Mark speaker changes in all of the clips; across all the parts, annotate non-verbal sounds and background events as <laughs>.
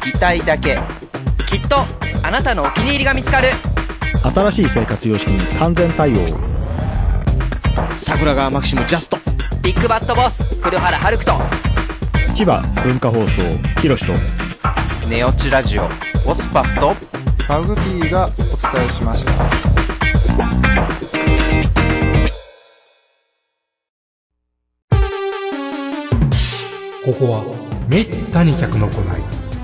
Speaker 1: 聞きたいだけきっとあなたのお気に入りが見つかる
Speaker 2: 新しい生活様式に完全対応。
Speaker 3: 桜川マキシムジャスト
Speaker 1: ビッグバットボス黒原遥人
Speaker 2: 千葉文化放送、ひろしと。
Speaker 1: ネオチラジオオスパフと
Speaker 4: マグピーがお伝えしました。
Speaker 5: ここはめったに客の来ない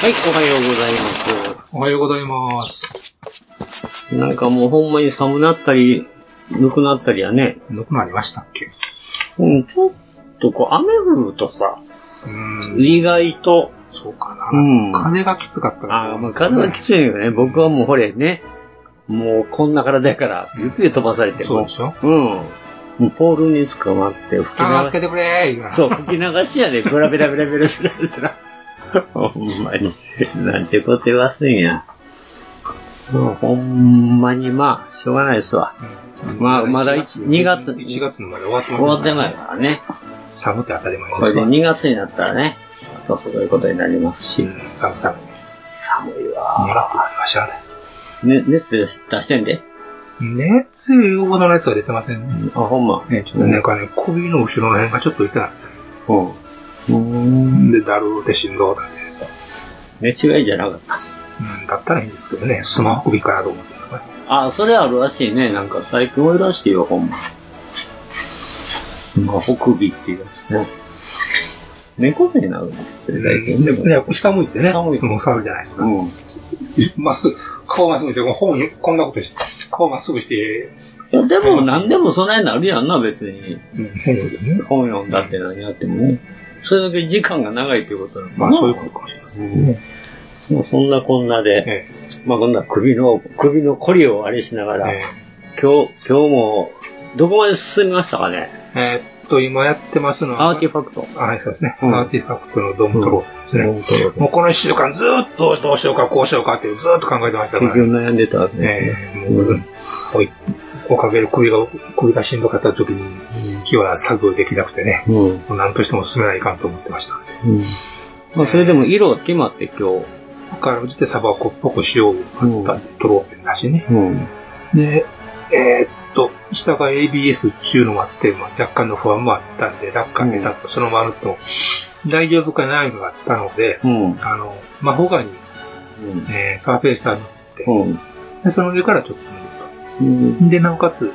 Speaker 6: はい、おはようございま
Speaker 7: おはようございます。
Speaker 6: す。なんかもうほんまに寒なったり、ぬくなったりやね。
Speaker 7: どくなりましたっけう
Speaker 6: うん、ちょっとこう雨降るとさ、
Speaker 7: ーん。
Speaker 6: 意外と、
Speaker 7: そうかな。
Speaker 6: うん
Speaker 7: 風がきつかった
Speaker 6: ああ、まあ風がきついよね。僕はもうほれね、もうこんな体やから、ゆっくり飛ばされて
Speaker 7: いそう
Speaker 6: も
Speaker 7: でしょ
Speaker 6: う、うん。もうポールに捕まって吹き
Speaker 7: あー、助
Speaker 6: 流
Speaker 7: けてくれー言う
Speaker 6: し、
Speaker 7: な
Speaker 6: そう、吹き流しやで、ベラベラベラベラベラベラ。 <laughs> ほんまに、なんちゅうこと言わせんや。もうほんまにまあ、しょうがないですわ。
Speaker 7: うん
Speaker 6: まあまだ一二月
Speaker 7: 1月のまで終わって
Speaker 6: 終わってない
Speaker 7: い。
Speaker 6: からね。
Speaker 7: 寒って当たり前
Speaker 6: これで
Speaker 7: で
Speaker 6: 2月になったらね、ちょっとそういうことになります
Speaker 7: す
Speaker 6: し
Speaker 7: よ。、うん、寒い寒いです。
Speaker 6: 寒いわ。
Speaker 7: もらってありましたね。
Speaker 6: ね、熱出してんで。
Speaker 7: 熱用ほどのやつは出てませんね。
Speaker 6: あ、ほんま。
Speaker 7: ね、ちょっとなんかね、首の後ろの辺がちょっと痛かっ
Speaker 6: うん。
Speaker 7: た。で、だるーって振動だね。
Speaker 6: 寝違いじゃなかった。
Speaker 7: うん、だったらいいんですけどね、スマホ首かなと思って。
Speaker 6: あ、それあるらしいね。なんか最近多いらしいよ、ほんま。まあ、北尾っていうやつね。猫背になるんですよ、最近。
Speaker 7: でも、ね、下向いてね、
Speaker 6: 下向いて
Speaker 7: 相撲触るじゃないですか。
Speaker 6: うん。
Speaker 7: まっすぐ、顔まっすぐして、本にこんなことして、顔まっすぐして、
Speaker 6: いや、でも何でもそないなるやんな、別に。
Speaker 7: うん、本読んでね。
Speaker 6: 本読んだって何やってもね。それだけ時間が長いということなのかな。
Speaker 7: まあ、そういうことかもしれませんね。
Speaker 6: もうそんなこんなで、
Speaker 7: え
Speaker 6: まあこんな首の、首のコリをあれしなが
Speaker 7: え
Speaker 6: ら、
Speaker 7: え
Speaker 6: 今日、今日も、どこまで進みましたかね
Speaker 7: ええーっと、今やってますのは、
Speaker 6: アーティファクト。
Speaker 7: あはい、そうですね。
Speaker 6: うん
Speaker 7: アーティファクトのドントローですね。
Speaker 6: 本当だ
Speaker 7: もうこの一週間ずーっとどうしようか、こうしようかってずーっと考えてましたか
Speaker 6: 結
Speaker 7: ら、
Speaker 6: 局
Speaker 7: ね。
Speaker 6: 悩んでたわけ
Speaker 7: え
Speaker 6: ね。
Speaker 7: えもう、おい、おかげで首が、首がしんどかった時に、火は作業できなくてね、
Speaker 6: うん。う
Speaker 7: もう何としても進めないかんと思ってました。
Speaker 6: ん。まあそれでも色は決まって今日。
Speaker 7: だから、出てサバコっぽくしようと思ったんで、トローってなしね。
Speaker 6: うん。
Speaker 7: で、えーっと、下が ABS っていうのもあって、まあ、若干の不安もあったんで、落下下手とそのままると、大丈夫かないうのがあったので、
Speaker 6: うん。
Speaker 7: あの、魔法ガンに、
Speaker 6: うん。
Speaker 7: えーサーフェイサーに乗って、
Speaker 6: うん。
Speaker 7: でその上からちょっと乗
Speaker 6: うん。
Speaker 7: ると。で、なおかつ、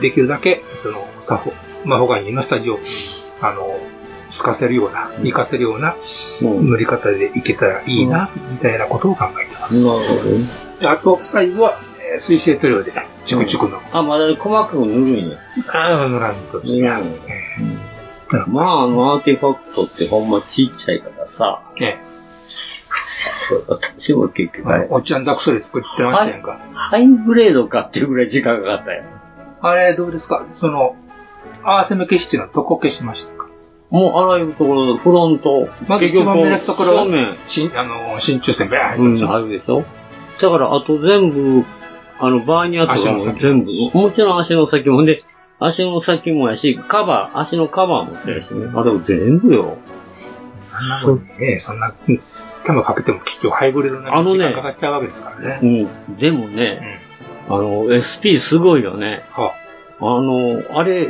Speaker 7: できるだけ、その、サフォ、魔法ガンにの下地を、あの、透かせるような、活かせるような
Speaker 6: うん。
Speaker 7: 乗り方でいけたらいいな、みたいなことを考えてま
Speaker 6: なるほどね。
Speaker 7: す。あと、最後は、えー水性塗料で、チクチクの、
Speaker 6: あ、まだ細かく塗るんや。
Speaker 7: あー塗らんと違う。
Speaker 6: うんまあ、あのアーティファクトってほんまちっちゃいからさ、
Speaker 7: え
Speaker 6: 私も結
Speaker 7: え
Speaker 6: 局あれ、
Speaker 7: おっちゃんザクソで作ってましたやんか。
Speaker 6: ハイグレードかっていうぐらい時間がかかったよ。
Speaker 7: あれ、どうですかその、合わせ目消しっていうのはどこ消しましたか
Speaker 6: もうあらゆるところ、フロント、
Speaker 7: まず
Speaker 6: 結局
Speaker 7: 一番目立つところ
Speaker 6: 正面、
Speaker 7: しんあの、新中線、バー
Speaker 6: う
Speaker 7: ン
Speaker 6: ん、入るでしょ。だから、あと全部、あの、バーニアとかも
Speaker 7: 足の先
Speaker 6: 全部、もちろん足の先もね、足の先もやし、カバー、足のカバーもそうやしね。あれも全部よ。
Speaker 7: なのにね、そんな、うん手もかけても結局ハイブレードな
Speaker 6: あの
Speaker 7: 時
Speaker 6: ね
Speaker 7: 間かかっちゃうわけですから
Speaker 6: う
Speaker 7: ね。
Speaker 6: ん。でも
Speaker 7: う
Speaker 6: ね、
Speaker 7: ん。
Speaker 6: あの、SP すごいよね。
Speaker 7: は
Speaker 6: あの、あれ、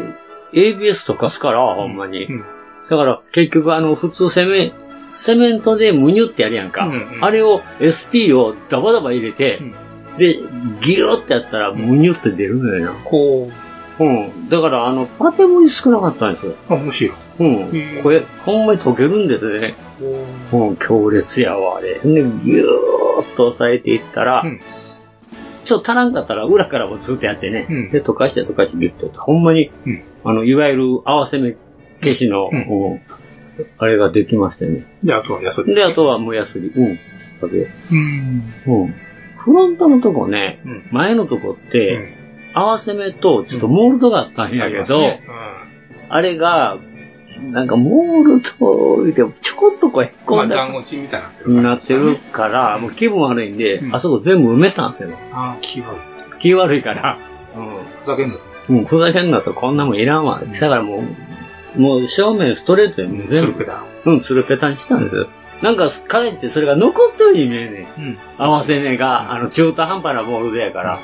Speaker 6: ABS とかすから、ほんまに。
Speaker 7: うん
Speaker 6: だから、結局、あの、普通セメ、セメントでムニュってやるやんか。
Speaker 7: うんうん
Speaker 6: あれを、SP をダバダバ入れて、で、ギューってやったら、ムニュって出るのよな。
Speaker 7: こう、
Speaker 6: うん。だから、あの、パテ盛り少なかったんですよ。
Speaker 7: あ、むしろ。
Speaker 6: うん。これ、ほんまに溶けるんですね。うん、強烈やわ、あれ。で、ギューっと押さえていったら、
Speaker 7: うん
Speaker 6: ちょっと足らんかったら裏からもずっとやってね。
Speaker 7: うん
Speaker 6: で、溶かして溶かしてギュッとやって、ほんまに、
Speaker 7: うん
Speaker 6: あの、いわゆる合わせ目消しの、
Speaker 7: うん
Speaker 6: うんあれができましてね。
Speaker 7: で、あとは、いや、それ。
Speaker 6: で、あとはもうやすり、うん、だけ。
Speaker 7: うん。
Speaker 6: うん。フロントのとこね、
Speaker 7: うん
Speaker 6: 前のとこって、
Speaker 7: うん
Speaker 6: 合わせ目とちょっとモールドがあったんやけど、
Speaker 7: うん。
Speaker 6: あれが、なんかモールドでちょこっとこうへっ
Speaker 7: ま
Speaker 6: こ
Speaker 7: あ、
Speaker 6: んだ
Speaker 7: 団子地みたいになって
Speaker 6: な
Speaker 7: るから。
Speaker 6: ってるから、もう気分悪いんで、
Speaker 7: うん
Speaker 6: あそこ全部埋めたんですよ。
Speaker 7: ああ、気分。
Speaker 6: 気悪いから。
Speaker 7: ふざけんな。
Speaker 6: うん。もうふざけんなとこんなもんいらんわ。だからもう、もう正面ストレートにもう
Speaker 7: す
Speaker 6: 全
Speaker 7: る
Speaker 6: 部、
Speaker 7: くだ。
Speaker 6: うん、つるペタにしたんですよ。なんか、かえってそれが残ったように見えんねん。
Speaker 7: うん。
Speaker 6: 合わせ目が、あの、中途半端なボールでやから。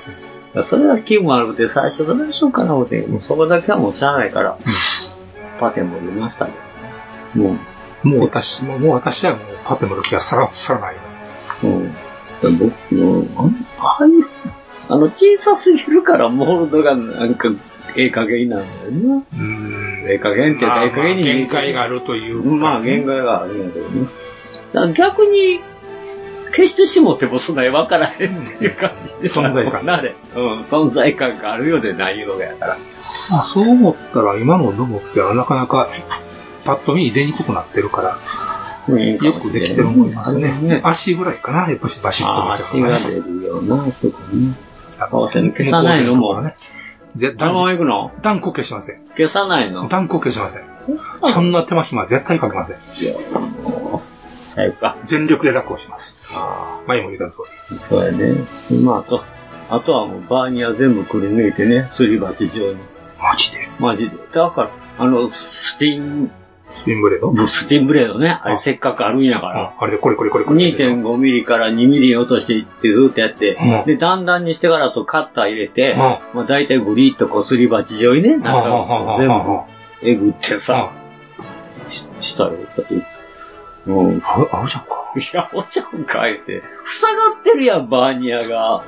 Speaker 6: それは気分悪くて、最初どうしようかな思って、もうそこだけはもうしゃあないから、パテも入れましたね。も
Speaker 7: もう私、もうもう私はもうパテの気がさらさらないよ。
Speaker 6: う、うん。僕も、ああいう、あの、小さすぎるから、モールドがなんか、ええ加減なんだよな。
Speaker 7: うーん
Speaker 6: ええ加減って、え
Speaker 7: まあ
Speaker 6: え加減に
Speaker 7: 限界があるというか。
Speaker 6: まあ、限界があるんやけどね。だから逆に、消してしもってもそんなに分からへんっていう感じでさ
Speaker 7: 存在感
Speaker 6: なれ。うん、存在感があるようでないようやから。
Speaker 7: まあ、そう思ったら、今のロボットはなかなか、パッと見出にくくなってるから、よくできてる思いますね。足ぐらいかな、やっぱしバシッと
Speaker 6: ああ、足
Speaker 7: 見てるの
Speaker 6: が
Speaker 7: が
Speaker 6: 出るよな、そこね。
Speaker 7: あ
Speaker 6: 合わせに消さないのも
Speaker 7: ね。絶
Speaker 6: あ
Speaker 7: 対
Speaker 6: のまま行くの
Speaker 7: 断固消しません。
Speaker 6: 消さないの
Speaker 7: 断固消しません。そんな手間暇絶対かけません。
Speaker 6: いや、もう、最悪か。
Speaker 7: 全力で楽をします。
Speaker 6: あ
Speaker 7: 前も言った通
Speaker 6: あ、そうやね。まあ、あと、あとはもうバーニア全部くり抜いてね、すり鉢状に。
Speaker 7: り。マジで。
Speaker 6: マジで。だから、あの、スティン、
Speaker 7: スピンブレード
Speaker 6: スティンブレードね、あれせっかくあるんやから。
Speaker 7: ああれでこれこれこれこれ。
Speaker 6: 2.5ミリから2ミリ落としていってずっとやって、
Speaker 7: うん
Speaker 6: で、だんだんにしてからあとカッター入れて、
Speaker 7: うん
Speaker 6: まあ大体グリッとこすり鉢状にね、
Speaker 7: は
Speaker 6: なん
Speaker 7: あはあは
Speaker 6: か
Speaker 7: あ
Speaker 6: 全
Speaker 7: はあは
Speaker 6: 部えぐってさ
Speaker 7: あ、
Speaker 6: ししたよ。だってうん。い
Speaker 7: ああ、あるじゃんか。
Speaker 6: や、おちゃんかえて。塞がってるやん、バーニアが。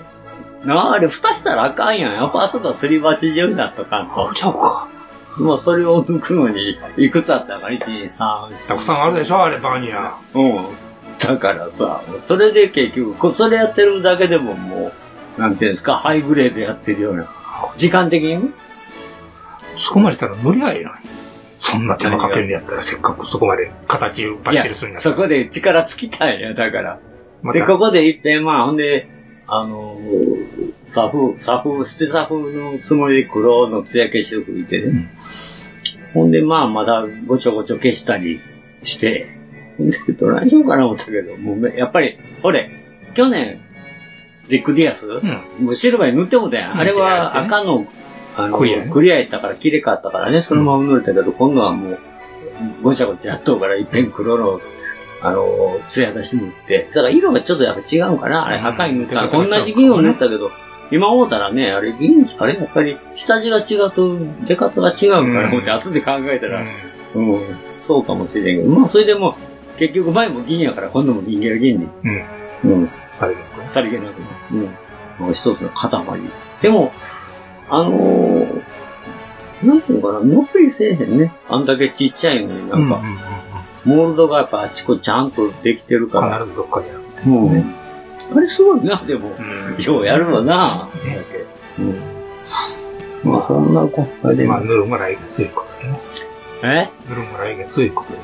Speaker 6: なあ、あれ、蓋したらあかんやん。やっぱあそこはすり鉢状になっとかん
Speaker 7: あ
Speaker 6: と
Speaker 7: る。じゃんか。
Speaker 6: まあ、それを抜くのに、いくつあったか、1、2、3、4。
Speaker 7: たくさんあるでしょ、あれ、バーニア。
Speaker 6: うん。だからさ、それで結局、こそれやってるだけでももう、なんていうんですか、ハイグレードやってるような。時間的にね
Speaker 7: そこまでしたら乗り合えない。そんな手間かけるんやったら、せっかくそこまで形をバッチリするん
Speaker 6: いや
Speaker 7: やった
Speaker 6: そ
Speaker 7: ら。
Speaker 6: こで力尽きたんや、だから。
Speaker 7: ま
Speaker 6: で、
Speaker 7: た
Speaker 6: ここで行って、まあ、ほんで、あのー、サフ、サフ、捨てサフのつもりで黒の艶消しを吹いてね。ほんで、まあ、まだごちょごちょ消したりして、ほんで、どないしようかな思ったけど、もうめ、やっぱり、俺、去年、リック・ディアス、もうシルバーに塗ってもだやん。あれは赤の、あの、
Speaker 7: クリアね
Speaker 6: クリアやったから、綺麗かったからね、そのまま塗れたけど、今度はもう、ごちゃごちゃやっとうから、いっぺん黒の、あの、艶出して塗って。だから色がちょっとやっぱ違うんかな。あれ、
Speaker 7: うん
Speaker 6: 赤い塗ったら、
Speaker 7: うん
Speaker 6: 同じ銀を塗ったけど、今思ったらね、あれ銀、あれやっぱり、下地が違うと、出方が違うから、思って、後で考えたら、うん、そうかもしれんけど、まあ、それでも、結局前も銀やから、今度も銀ギラ銀に、
Speaker 7: うん。うん。
Speaker 6: うん、
Speaker 7: されるのか
Speaker 6: さりげなくね、うん、まあ一つの塊。でも、あのー、なんていうのかな、のっぺりせえへんね。あんだけちっちゃいのにな
Speaker 7: うんんう
Speaker 6: か、
Speaker 7: んうん
Speaker 6: モールドがやっぱあっちこっちちゃんとできてるから。
Speaker 7: 必ずどっかでやる。
Speaker 6: うん。あれすごいな、でも。
Speaker 7: うん
Speaker 6: ようやるわな。うん。まあ、そんな今回で
Speaker 7: まあ、塗るんが来月いうことでね。
Speaker 6: え
Speaker 7: 塗るんが来月いうことで。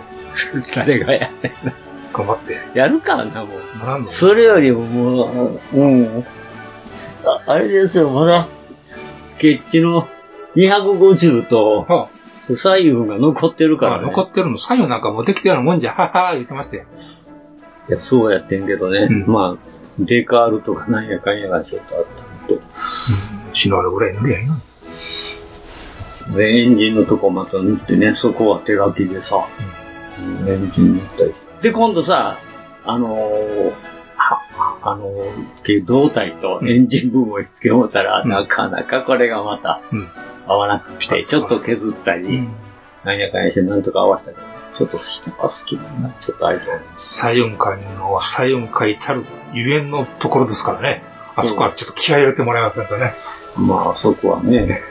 Speaker 6: 誰がやる <laughs>
Speaker 7: 頑張って。
Speaker 6: やるからな、もう。
Speaker 7: ならんの
Speaker 6: それよりももう、うん。ああれですよ、まだ、ケッチの250と、
Speaker 7: は
Speaker 6: 左右が残ってる
Speaker 7: あ、
Speaker 6: から、
Speaker 7: あ
Speaker 6: ね。
Speaker 7: 残ってるの、左右なんかもうできてるようなもんじゃ、はは言ってましたよ。
Speaker 6: いや、そうやってんけどね。
Speaker 7: うん
Speaker 6: まあ、デカールとかなんやかんやがちょっとあったのと。
Speaker 7: 死ぬあれぐらい塗りゃいいのに。
Speaker 6: で、エンジンのとこまた塗ってね、そこは手書きでさ、うんエンジン塗ったりして。で、今度さ、あのー、はあのー、け胴体とエンジン部分を付け終わったら、
Speaker 7: うん
Speaker 6: なかなかこれがまた、
Speaker 7: うん
Speaker 6: 合わなくて、ちょっと削ったり、なんやかんやしてなんとか合わせたけど、ちょっと人が好きだな、ちょっと相手が
Speaker 7: サイオン会の、サイオン会たるゆえんのところですからね。あそこはちょっと気合い入れてもらえませんとね。
Speaker 6: まあ、そこはね、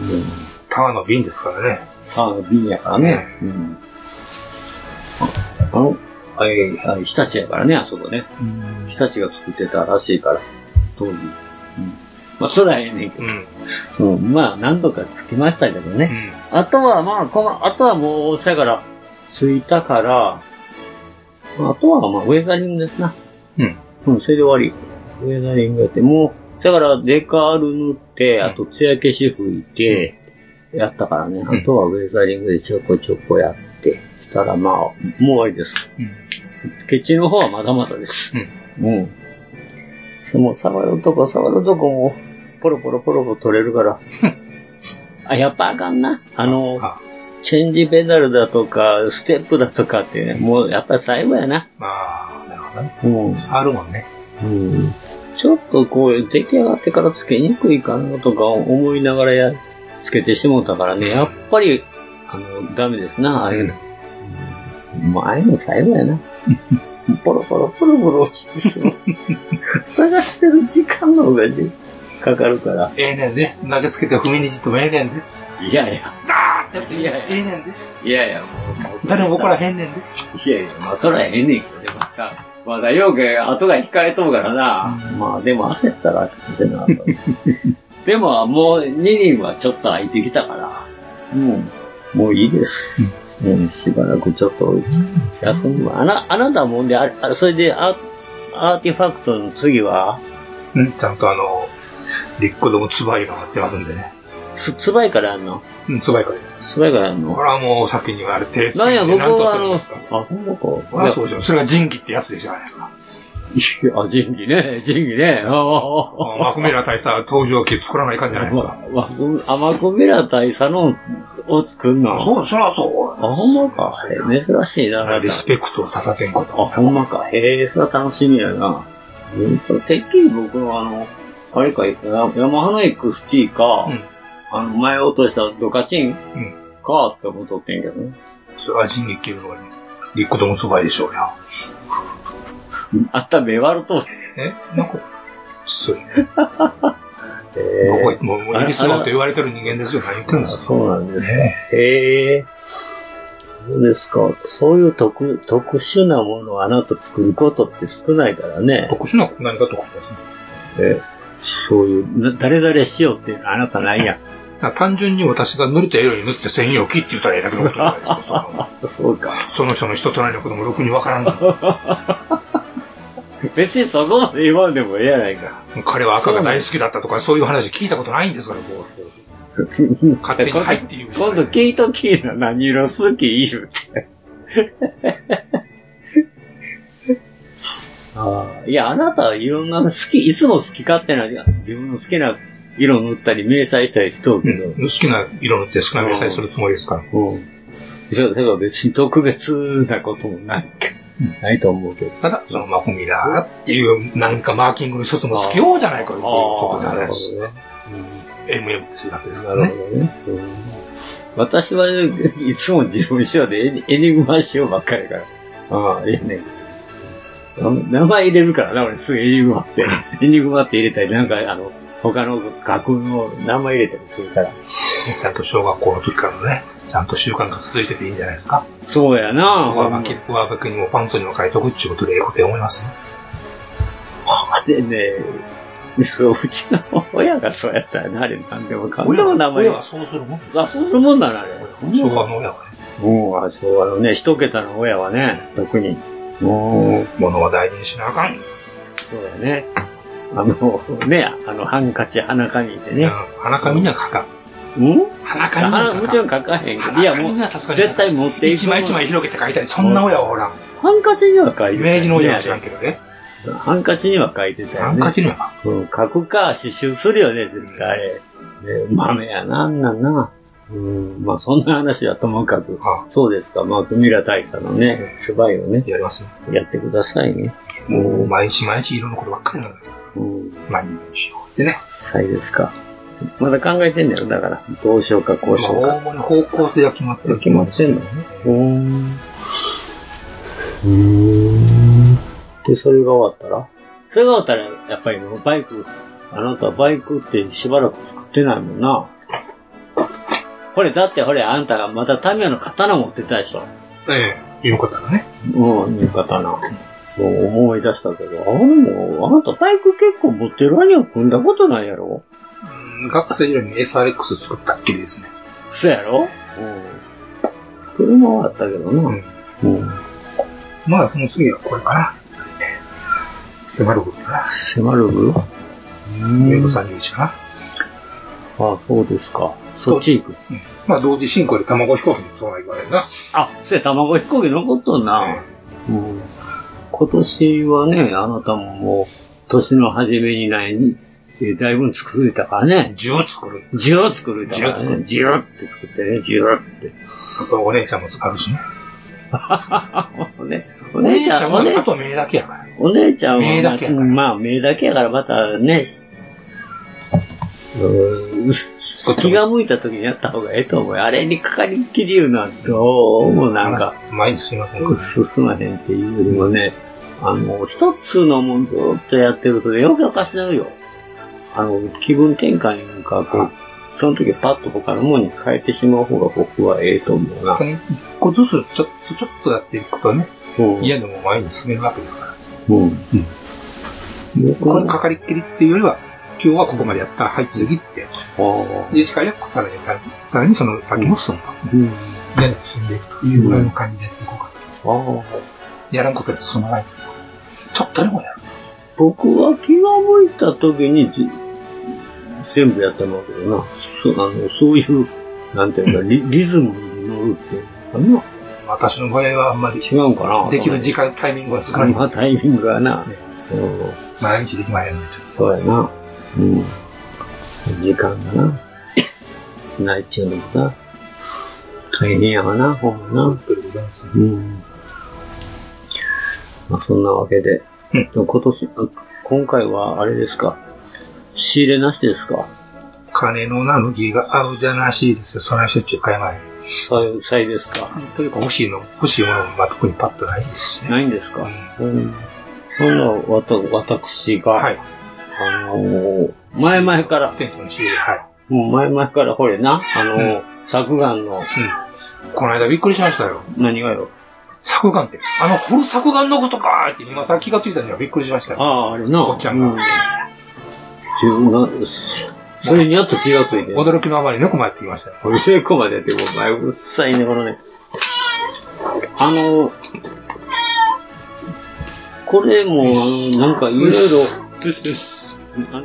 Speaker 6: うん、
Speaker 7: タワーの瓶ですからね。
Speaker 6: あの、瓶やからね。うん。あの、あれ、あれ日立やからね、あそこね。日立が作ってたらしいから、当時。うん。まあ、そらええねんけ
Speaker 7: うん。うん。
Speaker 6: ど。うん。まあ、何度かつきましたけどね。あとは、まあ、この、あとはもう、そやから、着いたから、あとは、まあ、ウェザリングですな。
Speaker 7: うん。
Speaker 6: うん、それで終わり。ウェザリングやって、もう、だからデカール塗って、あと艶消し拭いて、やったからね、
Speaker 7: ん
Speaker 6: あとはウェザリングでちょこちょこやって、したらまあ、もう終わりです。
Speaker 7: うん。
Speaker 6: ケチの方はまだまだです。うん。もう触るとこ触るとこも、ポロポロポロポロ取れるから。 <laughs> あ、やっぱあかんな。あの、
Speaker 7: あ、
Speaker 6: チェンジペダルだとか、ステップだとかってね、もうやっぱり最後やな。
Speaker 7: まあ、なるほどね。
Speaker 6: うん。
Speaker 7: 触るもんね。
Speaker 6: うんちょっとこう、出来上がってからつけにくいかなとか思いながらやつけてしもうたからね、やっぱり、あの、ダメですな、ああいうの。うんもうああいうの最後やな。 <laughs> ポロポロポロポロ落ちてしまう。探してる時間の方がねかかるから。
Speaker 7: ええねんね。投げつけて踏みにじってもええねんで。
Speaker 6: いやいや。
Speaker 7: ダーって
Speaker 6: いや
Speaker 7: ええねんです。
Speaker 6: いやいや、
Speaker 7: 誰も怒ら
Speaker 6: ん。
Speaker 7: へんねんで。
Speaker 6: いやいや、まあそらええねんけどね、また。まだようけ後が控えとうからな。まあでも焦ったらせなあかん
Speaker 7: <laughs>
Speaker 6: でももう2人はちょっと空いてきたから、もう、もういいです。うん、しばらくちょっと休むわ。あな、あなたもんで、ああそれでア、アーティファクトの次は、
Speaker 7: うん、ちゃんとあの、リックドもツバイが待ってますんでね。
Speaker 6: つ、つばいからやんの
Speaker 7: うん、ツバイから。
Speaker 6: つばいからやんの
Speaker 7: これはもう先に言われて、
Speaker 6: なんや、
Speaker 7: 手つ
Speaker 6: 僕
Speaker 7: けて何と
Speaker 6: はあ
Speaker 7: するん
Speaker 6: の、
Speaker 7: ですか。
Speaker 6: あ、ほんま
Speaker 7: これは
Speaker 6: か。
Speaker 7: そうでしょ。それが人気ってやつでしょ、あれですか。
Speaker 6: い <laughs> や、あ、仁義ね、仁義ね。ああああ
Speaker 7: マクミラー大佐登場機作らないかんじゃないですか。
Speaker 6: わ、わアマコベラ大佐のを作るの。
Speaker 7: そう、そらそう。
Speaker 6: あ、ほんまか。へえ珍しいな、あ
Speaker 7: リ
Speaker 6: れ
Speaker 7: スペクトをささせんこと。
Speaker 6: あ、ほんまか。へえ、それは楽しみやな。うんと、てっきり僕のあの、あれか、ヤヤマハの XT か、
Speaker 7: うん
Speaker 6: あの、前落としたドカチン
Speaker 7: うん。
Speaker 6: かって思っとってんけどね。
Speaker 7: それは人気切るのに、リックドもツバイでしょうや。
Speaker 6: あった、目割ると。へ
Speaker 7: えなんか、そうよ。僕はい
Speaker 6: え。
Speaker 7: つも、もうイギリスのと言われてる人間ですよ。何言ってるん
Speaker 6: あ
Speaker 7: ですか。
Speaker 6: そうなんです
Speaker 7: ね
Speaker 6: ね。へえ。そうですか。そういう特、特殊なものをあなた作ることって少ないからね。
Speaker 7: 特殊な、何か特殊ですね。
Speaker 6: え、そういう、な誰々しようっていうのあなたないやん。
Speaker 7: だから単純に私が塗りたい色に塗って繊維を切って言ったらええだけのことじゃないですか。その
Speaker 6: <laughs> そうか。
Speaker 7: その人の人となりのこともろくにわからんの。
Speaker 6: <laughs> 別にそこまで言わんでもええやないか。
Speaker 7: 彼は赤が大好きだったとか、そういう話聞いたことないんですから、僕は。勝手に入って言うしかない
Speaker 6: 今度聞いときな、何色好き言うて。ああいや、あなたはいろんな好き、いつも好き勝手な、自分の好きな色塗ったり、迷彩したりしとうけど、
Speaker 7: うん好きな色塗って少なめにさえするつもりですから。
Speaker 6: うん。それは別に特別なこともないけ、ないと思うけど。
Speaker 7: ただ、そのマコミラーっていう、なんかマーキングの一つも好きようじゃないかということなんです。
Speaker 6: ね。
Speaker 7: MM っていうわけですか
Speaker 6: な
Speaker 7: ら
Speaker 6: る
Speaker 7: ね。
Speaker 6: ほどね。うん私はいつも自分仕様でエニエニグマ仕様ばっかりやから。ああ、ええね。あの名前入れるからな、俺すぐエニグマ <laughs> って。エニグマって入れたり、なんかあの、他の学校の名前入れたりするから。
Speaker 7: ちゃんと小学校の時からのね、ちゃんと習慣が続いてていいんじゃないですか。
Speaker 6: そうやな。
Speaker 7: 上履き、上履きにもパンツにも書いとくっていうことでええことや思いますね。
Speaker 6: でね、そう、うちの親がそうやったらな、あれ、なんでもかんでも名前
Speaker 7: 親はそうするもんです
Speaker 6: あ、そうするもんだな、あれ。
Speaker 7: 昭和の親はね、
Speaker 6: もう、あ、そう、あのね、一桁の親はね、特に。もう、
Speaker 7: 物は大事にしなあかん。
Speaker 6: そうだよね。あの、ね、あの、ハンカチ、鼻かみで
Speaker 7: うん
Speaker 6: ね。
Speaker 7: 鼻紙には書かん。
Speaker 6: うん
Speaker 7: 鼻紙に
Speaker 6: あ
Speaker 7: は
Speaker 6: も
Speaker 7: 書
Speaker 6: ちろ
Speaker 7: か
Speaker 6: ん書かへんけど。
Speaker 7: ん。
Speaker 6: いや、も
Speaker 7: 鼻紙
Speaker 6: う、
Speaker 7: にはさすがに書か
Speaker 6: 絶
Speaker 7: ん
Speaker 6: 対持っていく
Speaker 7: 一枚一枚広げて書いたり、そんな親はおらん。
Speaker 6: ハンカチには書いてたよね
Speaker 7: 明治の親は知らんけどね。
Speaker 6: あれハンカチには書いてたよ
Speaker 7: ハ
Speaker 6: ね。
Speaker 7: ンカチには書かん。
Speaker 6: うん、書くか、刺繍するよね、絶対あれ。ね、豆やな、あんなんな。うん、まあそんな話はともかく。
Speaker 7: あ
Speaker 6: そうですか、まあ、ミラ大佐のね、スバイをね、
Speaker 7: やりますね。
Speaker 6: やってくださいね。
Speaker 7: もう毎日毎日色のことばっかりなんです。
Speaker 6: うん、
Speaker 7: 毎日。でね、
Speaker 6: はいですか。まだ考えてんだよ、だから。どうしようか、こうしよう
Speaker 7: まあ、大
Speaker 6: か。
Speaker 7: 物方向性が決まってる。
Speaker 6: 決まってんのね。うーん。で、それが終わったらそれが終わったら、やっぱりもうバイク、あなたバイクってしばらく作ってないもんな。これ、だってほれ、あんたがまたタミヤの刀持ってたでしょ。
Speaker 7: ええ、いうことだね。
Speaker 6: うん、いう刀。もう思い出したけど、あれも、あなたバイク結構持ってる割には組んだことないやろ
Speaker 7: うん学生時代に SRX 作ったっきりですね。
Speaker 6: そやろうん。車はあったけどな。うん。
Speaker 7: まあ、その次はこれかな。迫ることか
Speaker 6: 迫る部あ、
Speaker 7: な。ウェブ31かな。
Speaker 6: そうですか。そっち行く。
Speaker 7: うんまあ、同時進行で卵飛行機もそうは言われるな。
Speaker 6: あ、そや、卵飛行機残っとんな。うん。今年はね、あなたももう、年の初めにないに、えーだいぶ作れたからね。
Speaker 7: 10作る。
Speaker 6: ジュー作れたからね。ジューって作ってね、ジュー <laughs> って。
Speaker 7: あとお姉ちゃんも使うしね。
Speaker 6: おねお姉ちゃん、お
Speaker 7: お姉
Speaker 6: 姉
Speaker 7: はあと目だけやから。
Speaker 6: お姉ちゃんは、
Speaker 7: 目だけやから
Speaker 6: うんまあ、目だけやから、またね、うーん気が向いた時にやった方がええと思うよ。あれにかかりっきり言うのはどうもなんか、
Speaker 7: つまりすいません。
Speaker 6: 進まへんっていうよりもね、あの、一つのもんずっとやってるとね、余計おかしなるよ。あの、気分転換いうか、こう、その時パッと他のもんに変えてしまう方が僕はええと思うな。
Speaker 7: 一個ずつちょっとちょっとやっていくとね、
Speaker 6: うん
Speaker 7: 嫌でも前に進めるわけですから。
Speaker 6: うん。うん。
Speaker 7: このかかりっきりっていうよりは、今日はここまでやった、はい、次って。で、次回はここからねささらにその先も進むと。
Speaker 6: うん。
Speaker 7: 嫌でも進んでいくというぐらいの感じでやっていこうか。
Speaker 6: ああ。
Speaker 7: やらんことは進まない。ちょっとでもやる。
Speaker 6: 僕は気が向いた時にじ全部やってもらうけどな。そあのそういう、なんていうか、リリズムに乗るっていうのか
Speaker 7: 私の場合はあんまり、
Speaker 6: な。違うんかな。
Speaker 7: できる時間、タイミングが少ない。
Speaker 6: まあタイミングがな
Speaker 7: ね。
Speaker 6: うん。
Speaker 7: 毎日できまへんの
Speaker 6: そうやな。うん。時間がな。ないっちゅうのもな。大変やがな、ほんまな。うん。まあ、そんなわけで。
Speaker 7: うん
Speaker 6: でも今年、あ今回はあれですか。仕入れなしですか。
Speaker 7: 金のなのぎが合うじゃなしいですよ。そんなしょっちゅう買えまへん。
Speaker 6: さい、さいですか。
Speaker 7: というか欲しいの、欲しいものが特にパッとないですしね。
Speaker 6: ないんですか。うん。そんなわた、私が、
Speaker 7: はい。
Speaker 6: あのー前々から、
Speaker 7: 店長の仕入れ、はい。
Speaker 6: もう前々からこれな、あのー昨眼の、
Speaker 7: うん。この間びっくりしましたよ。
Speaker 6: 何がよ。
Speaker 7: 作眼って、あの、掘る作眼のことかーって今さ気がついたんでびっくりしましたよ。
Speaker 6: ああ、あれな。
Speaker 7: おっちゃんが
Speaker 6: う自分が、それにやっと気がついて。
Speaker 7: 驚きのあまり猫もやってきましたよ。
Speaker 6: お店こまでやって、もう、前うっさいね、このね。あの、これも、なんかいろいろ、なんていうかな、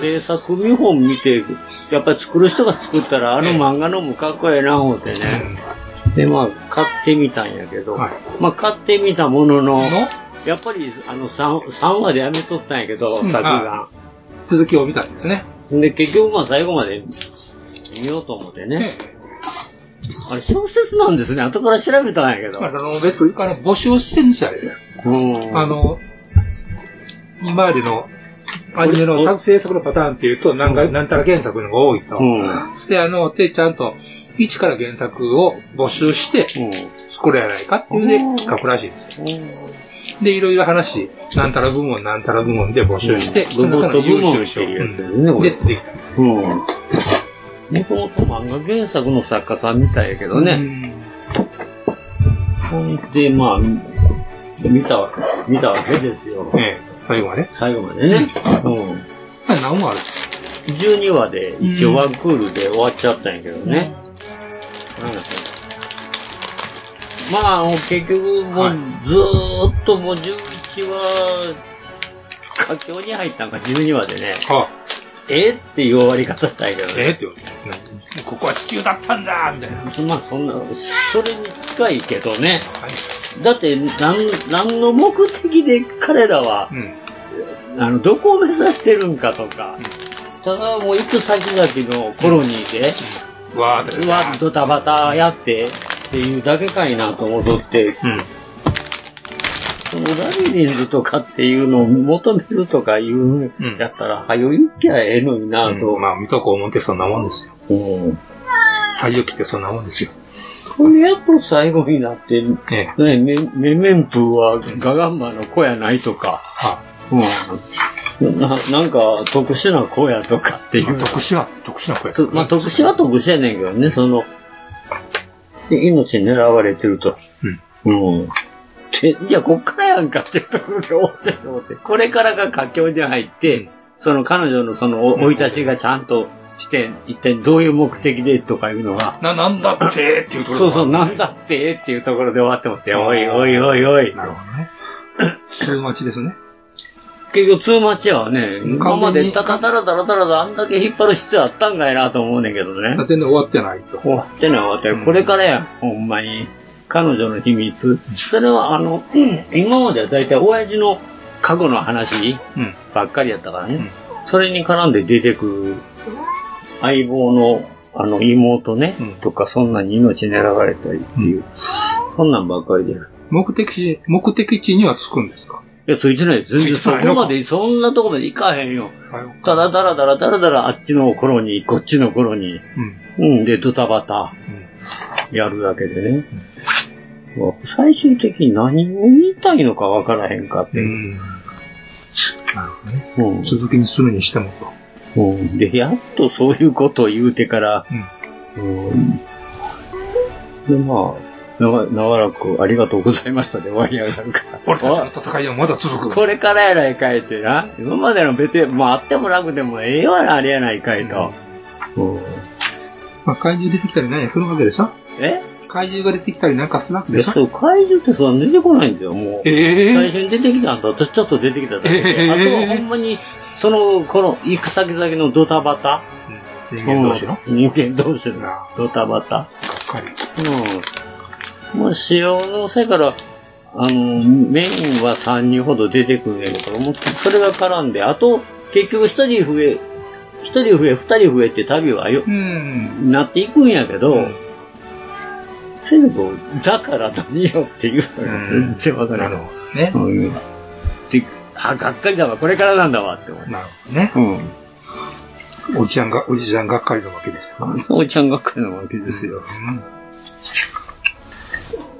Speaker 6: 制作見本見て、やっぱり作る人が作ったら、あの漫画のもかっこええな、思ってね。で、まあ、買ってみたんやけど、
Speaker 7: はい
Speaker 6: まあ、買ってみたものの、
Speaker 7: の
Speaker 6: やっぱり、あの、3, 三話でやめとったんやけど、
Speaker 7: うん
Speaker 6: 作画。
Speaker 7: 続きを見たんですね。
Speaker 6: で、結局、まあ、最後まで見ようと思ってね。あれ、小説なんですね。後から調べたんやけど。
Speaker 7: あの、別にかね、募集してるんですよ、あれ
Speaker 6: うん。
Speaker 7: あ、の、今までのアニメの作制作のパターンっていうと、なんか、なんたら原作のが多いと。
Speaker 6: うん。うん。
Speaker 7: で、あの、で、ちゃんと、一から原作を募集して、作れないかっていうね、企画らしいです。で、いろいろ話、なんたら部門、なんたら部門で募集して、
Speaker 6: ロボット部門って
Speaker 7: う
Speaker 6: いうやつですね、
Speaker 7: ん
Speaker 6: こ
Speaker 7: で、
Speaker 6: れ
Speaker 7: 出。てきた。
Speaker 6: うん。もともと漫画原作の作家さんみたいやけどね。ほんで、まあ、見たわけ、見たわけですよ。
Speaker 7: うん。ええ、最後はね。
Speaker 6: 最後までね。うん。
Speaker 7: まあ何もある。
Speaker 6: 12話で一応ワンクールで終わっちゃったんやけどね。うんまあ、あの結局もう
Speaker 7: はい
Speaker 6: ずーっともう11話、佳境に入ったんか12話でね、
Speaker 7: あ、
Speaker 6: えっていう終わり方したんやけど
Speaker 7: ええ
Speaker 6: ね。
Speaker 7: って言われてなんここは地球だったんだみたいな。はい。
Speaker 6: まあそんな、それに近いけどね。だって何、何の目的で彼らは
Speaker 7: う、ん。
Speaker 6: あの、どこを目指してるんかとか、ただもう行く先々のコロニーで、
Speaker 7: わーって。
Speaker 6: うわっドタバタやってっていうだけかいなと思っとって、
Speaker 7: うん。
Speaker 6: そのラビリンズとかっていうのを求めるとかいう
Speaker 7: うん
Speaker 6: やったら、はよ行きゃええのにな
Speaker 7: あ
Speaker 6: と。
Speaker 7: と、まあ、水戸黄門ってそんなもんですよ。
Speaker 6: うん
Speaker 7: 西遊記ってそんなもんですよ。
Speaker 6: これやっと最後になって、ね、
Speaker 7: ええ。
Speaker 6: メメメンプーはガガンマの子やないとか、
Speaker 7: は
Speaker 6: うん、ななんか特殊な子やとかって
Speaker 7: い。
Speaker 6: いうのが。
Speaker 7: 特殊は、特殊な声。
Speaker 6: とまあ、特殊は特殊やねんけどね、その、で命狙われてると。うん。でじゃあ、こっからやんかっていうところで終わってしまって。これからが佳境に入って、その彼女のそのお生い立ちがちゃんとして、一体どういう目的でとかいうのが、
Speaker 7: な、なんだってっていうところ
Speaker 6: そうそう、なん
Speaker 7: だ。
Speaker 6: だってっていうところで終わってもって、おいおいおいおい。
Speaker 7: なるほどね。通待ちですね。
Speaker 6: 結局、通町屋はね、
Speaker 7: に
Speaker 6: 今までたたたらたらたらとあんだけ引っ張る必要あったんかいなと思うねんけどね。
Speaker 7: 全然終わってないと。
Speaker 6: 終わってない終わって
Speaker 7: う
Speaker 6: なんい。これからや、ほんまに。彼女の秘密。それは、あの、うん今までは大体親父の過去の話
Speaker 7: うん。
Speaker 6: ばっかりやったからね。
Speaker 7: うん
Speaker 6: それに絡んで出てくる相棒のあの妹ね、
Speaker 7: うん
Speaker 6: とか、そんなに命狙われたりっていう。そんなんばっかりで。
Speaker 7: 目的地、目的地には着くんですか
Speaker 6: いや、ついてない。全然
Speaker 7: ついて
Speaker 6: そ
Speaker 7: ない
Speaker 6: こ
Speaker 7: のか
Speaker 6: まで、そんなとこまで行かへんよ。
Speaker 7: さよう
Speaker 6: ただだらだらだらだらあっちの頃に、こっちの頃に。
Speaker 7: うん。
Speaker 6: うん、で、ドタバタ。
Speaker 7: うん。
Speaker 6: やるだけでね。最終的に何を言いたいのか分からへんかって。うん
Speaker 7: なるほどね。続きにするにしてもと。
Speaker 6: うんで、やっとそういうことを言うてから、
Speaker 7: うん。
Speaker 6: うんで、まあ、長長らくありがとうございましたで終わりやがるから。
Speaker 7: 俺たちの
Speaker 6: わ
Speaker 7: 戦いはまだ続く。
Speaker 6: これからやないかいってな。今までの別に、まああってもなくてもええわな、あれやないかいと。うん
Speaker 7: まあ、怪獣出てきたり何やするわけでしょ
Speaker 6: え
Speaker 7: 怪獣が出てきたりなんかするわけ
Speaker 6: で
Speaker 7: でし
Speaker 6: そ
Speaker 7: ょ
Speaker 6: う、怪獣ってそんな出てこないんだよ、もう。
Speaker 7: ええ
Speaker 6: 最初に出てきたんだとちょっと出てきただけで、
Speaker 7: えー
Speaker 6: あとはほんまにそのこの行く先々のドタバタ
Speaker 7: 人間同士のがっ
Speaker 6: うん人間同士の
Speaker 7: なあ
Speaker 6: ドタバタ
Speaker 7: かり。
Speaker 6: うんもう潮のせいからあのメインは3人ほど出てくるんやけどもうそれが絡んであと結局1人増え1人増え2人増えって旅はよ
Speaker 7: うん。
Speaker 6: なっていくんやけど、
Speaker 7: うん
Speaker 6: せやけどだから何よっていうのが全然わから
Speaker 7: な
Speaker 6: ない
Speaker 7: るほどね。
Speaker 6: うん。で、あ、がっかりだわ、これからなんだわって思う。
Speaker 7: なるほどね。
Speaker 6: うん。
Speaker 7: おじちゃんが、おじちゃんがっかりなわけですか
Speaker 6: おじちゃんがっかりなわけで
Speaker 7: です
Speaker 6: よ。。
Speaker 7: うん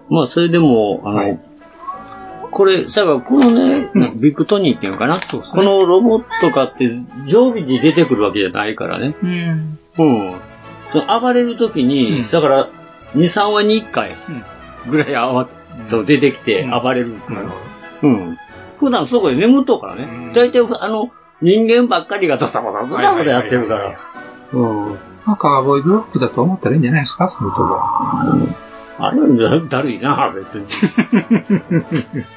Speaker 6: まあ、それでも、あの、
Speaker 7: はい
Speaker 6: これ、さが、このね、
Speaker 7: うん
Speaker 6: ビッグトニーっていうのかな、
Speaker 7: そうですね
Speaker 6: このロボットかって、常備時出てくるわけじゃないからね。
Speaker 7: うん。
Speaker 6: うん。その暴れるときに、
Speaker 7: うん
Speaker 6: だから、2、3話に1回
Speaker 7: うん
Speaker 6: ぐらいあわ、そう、出てきて
Speaker 7: うん
Speaker 6: 暴れる。
Speaker 7: なるほど。
Speaker 6: うん。普段そこで眠っとうから
Speaker 7: う
Speaker 6: ね
Speaker 7: ん。
Speaker 6: 大体、あの、人間ばっかりがドタバタドタバタやってるから。うん。
Speaker 7: まあ、カーボーイブロックだと思ったらいいんじゃないですか、そういうとこは。
Speaker 6: あれはだだるいな、別
Speaker 7: <laughs>
Speaker 6: に。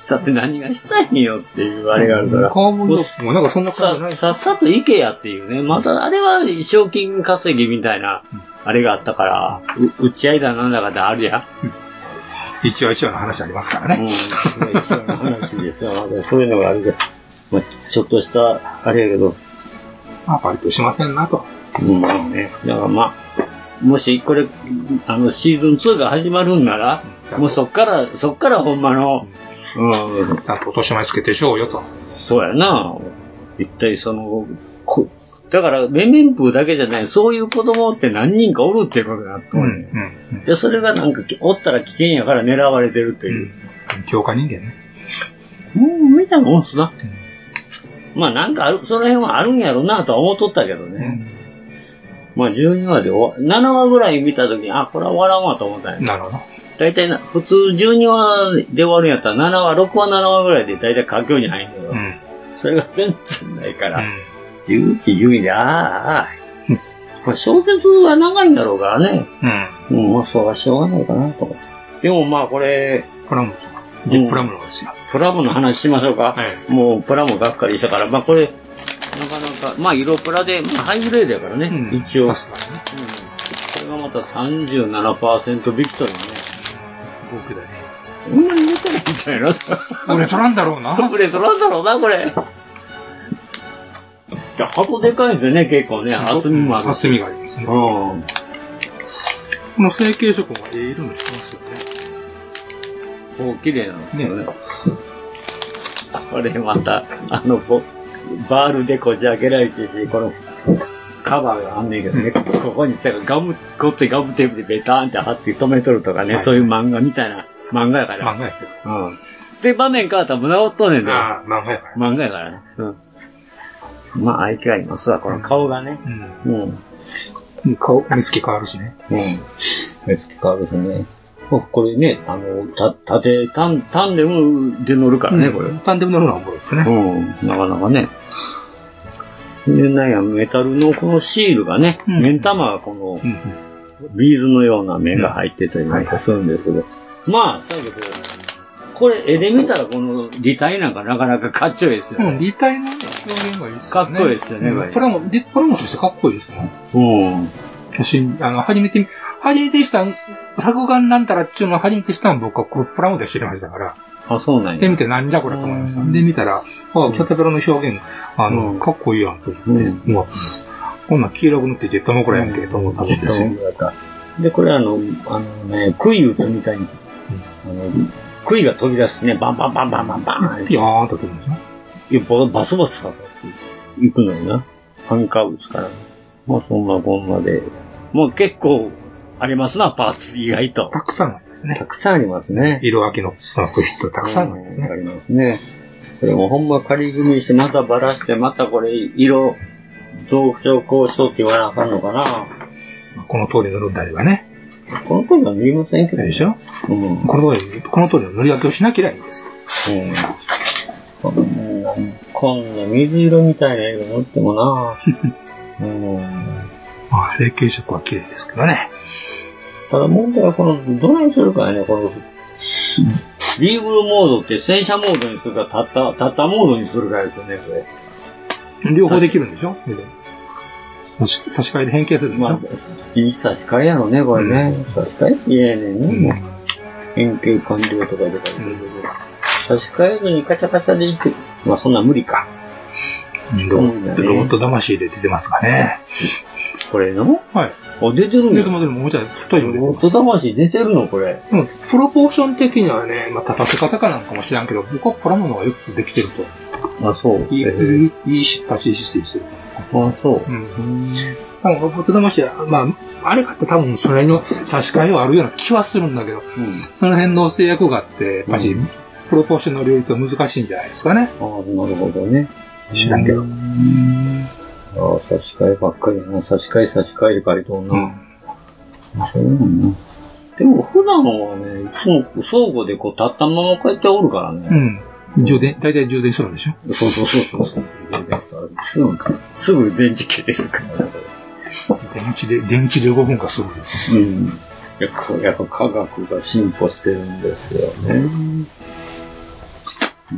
Speaker 6: だって何がしたいんよっていうあれがあるから。
Speaker 7: カーボーイブロックもなんかそんな感じじゃない
Speaker 6: さ
Speaker 7: です
Speaker 6: さっさと行けやっていうね。また、あれは賞金稼ぎみたいな、あれがあったから、う打ち合いだなんだかってあるや。
Speaker 7: 一応一応の話ありますから
Speaker 6: う
Speaker 7: ね。
Speaker 6: ん。一応の話ですよ。まだそういうのがあるけど。まあ、ちょっとした、あれやけど。
Speaker 7: まあ、バイトしませんなと。
Speaker 6: うん、まあね。だからまあ、もしこれ、あの、シーズン2が始まるんなら、もうそっから、そっからほんまの、うん、
Speaker 7: ちゃんと落とし前つけてしょうよと。
Speaker 6: そうやな。一体その、こだから、メメンプーだけじゃない、そういう子供って何人かおるっていうことだと
Speaker 7: うん。
Speaker 6: 思
Speaker 7: う
Speaker 6: う、
Speaker 7: ん。
Speaker 6: で、それがなんか、きおったら危険やから狙われてると
Speaker 7: う
Speaker 6: いう。
Speaker 7: ん。強化人間ね。
Speaker 6: うん、みたいなもんすな。まあなんかある、その辺はあるんやろうなとは思っとったけどね。まあ12話で終わ、7話ぐらい見たときに、あ、これは終わらんわと思ったんや。
Speaker 7: なるほど。
Speaker 6: 大体な、普通12話で終わるんやったら、7話、6話、7話ぐらいで大体佳境に入るんだけど、
Speaker 7: うん。うん。
Speaker 6: それが全然ないから、11、12で、ああ、ああ、まあ小説が長いんだろうからね、
Speaker 7: うん。
Speaker 6: うん、まあそうはしょうがないかなと思って。でもまあこれ、
Speaker 7: プラムとか。で、プラムのですよ。
Speaker 6: プラモの話しましょうか。
Speaker 7: はい
Speaker 6: もうプラモがっかりしたから、まあこれ、なかなか、まあ色プラで、まあハイグレードやからね、
Speaker 7: うん
Speaker 6: 一応。うん
Speaker 7: パスだね。
Speaker 6: これがまた37%ビクトリーね。
Speaker 7: 豪華だね。
Speaker 6: こんなに入れてないんじゃないの
Speaker 7: 俺取らんだろうな。
Speaker 6: これ、そらんだろうな、これ。いや、箱でかいんですよね、結構ね。厚みもあるし。
Speaker 7: 厚みがありますね。こ
Speaker 6: うん。
Speaker 7: の成形色もええ色のしてますよね。
Speaker 6: こう、綺麗なんですよね。これまた、あの、ぼバールでこじ開けられてて、この、カバーがあんねんけどね、ここにさ、ガム、こっちガムテープでベターンって貼って止めとるとかね、そういう漫画みたいな、漫画やから。
Speaker 7: 漫画やけど。
Speaker 6: うん。って場面変わったらもう治っとんねんで。
Speaker 7: ああ、漫画やから。
Speaker 6: 漫画やからね。うん。まあ、相手がいますわ、この顔がね。
Speaker 7: う
Speaker 6: うん。
Speaker 7: ん。顔、見つけ変わるしね。
Speaker 6: うん。目つき変わるしね。これね、あの、た、縦、タン、タンデムで乗るからね、これ。
Speaker 7: タンデム乗るのはおもろいですね。
Speaker 6: うん、なかなかね。で、なんや、メタルのこのシールがね、
Speaker 7: うん
Speaker 6: 目ん玉がこの
Speaker 7: うんうん。
Speaker 6: ビーズのような面が入ってたりなんかするんですけど、まあ、最後こうこれ絵で見たらこの立体なんかなかなかかっちょいいですよ
Speaker 7: うん、
Speaker 6: ね。
Speaker 7: 立体の表現がいいっすよね。
Speaker 6: かっこいいですよねこれ
Speaker 7: プラモ、でプラモとしてかっこいいですね。
Speaker 6: うん。
Speaker 7: 写真、あの、初めて、初めてした、作画なんたらっていうのを初めてしたの僕はこれプラモで知りましたから。
Speaker 6: あ、そうなん
Speaker 7: で、
Speaker 6: や。
Speaker 7: 見てなんじゃこれと思いました。
Speaker 6: うん
Speaker 7: で、見たら、ああ、キャタペラの表現、あの、
Speaker 6: うん
Speaker 7: かっこいいやんと思って、
Speaker 6: うん
Speaker 7: 思ったんです。こんなん黄色く塗ってジェットモクラやんけと思ったんですよ。
Speaker 6: で、これあの、あのね、杭打つみたいに、あの、杭が飛び出してね、バンバンバンバンバンバン
Speaker 7: ピヨーンと飛ぶんですね。
Speaker 6: いや、ババスバスさ、行くのよな。ハンカー打つから。まあ、そんなこんなで。もう結構、ありますな、パーツ、意外と。
Speaker 7: たくさんあるんですね。
Speaker 6: たくさんありますね。
Speaker 7: 色分けの作品とたくさんあるんです
Speaker 6: うあ
Speaker 7: ね。
Speaker 6: りますね。これもほんま仮組みして、またばらして、またこれ、色、増強交渉って言わなあかんのかな。
Speaker 7: この通り塗るんだればね。
Speaker 6: この時は見えませんけど
Speaker 7: でしょ
Speaker 6: うん。うん。
Speaker 7: この通り、この通りの塗り分けをしなきゃいけないんです。
Speaker 6: こんな、こんな水色みたいな色持っても <laughs> な。うん。
Speaker 7: まあ、成形色は綺麗ですけどね。
Speaker 6: ただ問題はこの、どないするかやね、この、リーグルモードって戦車モードにするか、たった、たったモードにするかですよね、これ。
Speaker 7: 両方できるんでしょ差し差し替えで変形するんでしょ、
Speaker 6: まあ、いい差し替えやろね、これね。差し替えいやねん
Speaker 7: う
Speaker 6: ね、
Speaker 7: ん
Speaker 6: もう。変形完了とかとか言ってるけど差し替えずにカチャカチャでいく。まあ、そんなん無理か。
Speaker 7: ロボットロボット魂で出てますがね。
Speaker 6: これの
Speaker 7: はい。
Speaker 6: あ、出てるん
Speaker 7: で、
Speaker 6: や。
Speaker 7: でも、でも、もちろん、太いので
Speaker 6: ロボット魂出てるの、これ。
Speaker 7: うん、プロポーション的にはね、まあ、立たせ方かなんかも知らんけど、僕はプラモのがよくできてると。
Speaker 6: あ、そう。
Speaker 7: いい、
Speaker 6: えー
Speaker 7: いい、いいし、立ち位置してる。
Speaker 6: あ、そう
Speaker 7: う。ん。多分、ロボット魂は、まあ、あれかって多分、それの差し替えはあるような気はするんだけど、
Speaker 6: うん。
Speaker 7: その辺の制約があって、やっぱし、
Speaker 6: うん
Speaker 7: プロポーションの両立は難しいんじゃないですかね。
Speaker 6: あなるほどね。
Speaker 7: 知らんけど。
Speaker 6: ああ、差し替えばっかりやな。差し替え差し替えで書いとんな。
Speaker 7: うん。
Speaker 6: そうやもんな。でも普段はね、いつも倉庫でこう立ったまま帰っておるから
Speaker 7: う
Speaker 6: ね。
Speaker 7: ん。充電、大体充電するんでしょ
Speaker 6: そうそうそう <laughs> そうそう。すぐ、すぐ電池切れるからね。
Speaker 7: 電池で、電池で5分かするんです。
Speaker 6: うん。いや、こやっぱ科学が進歩してるんですよね。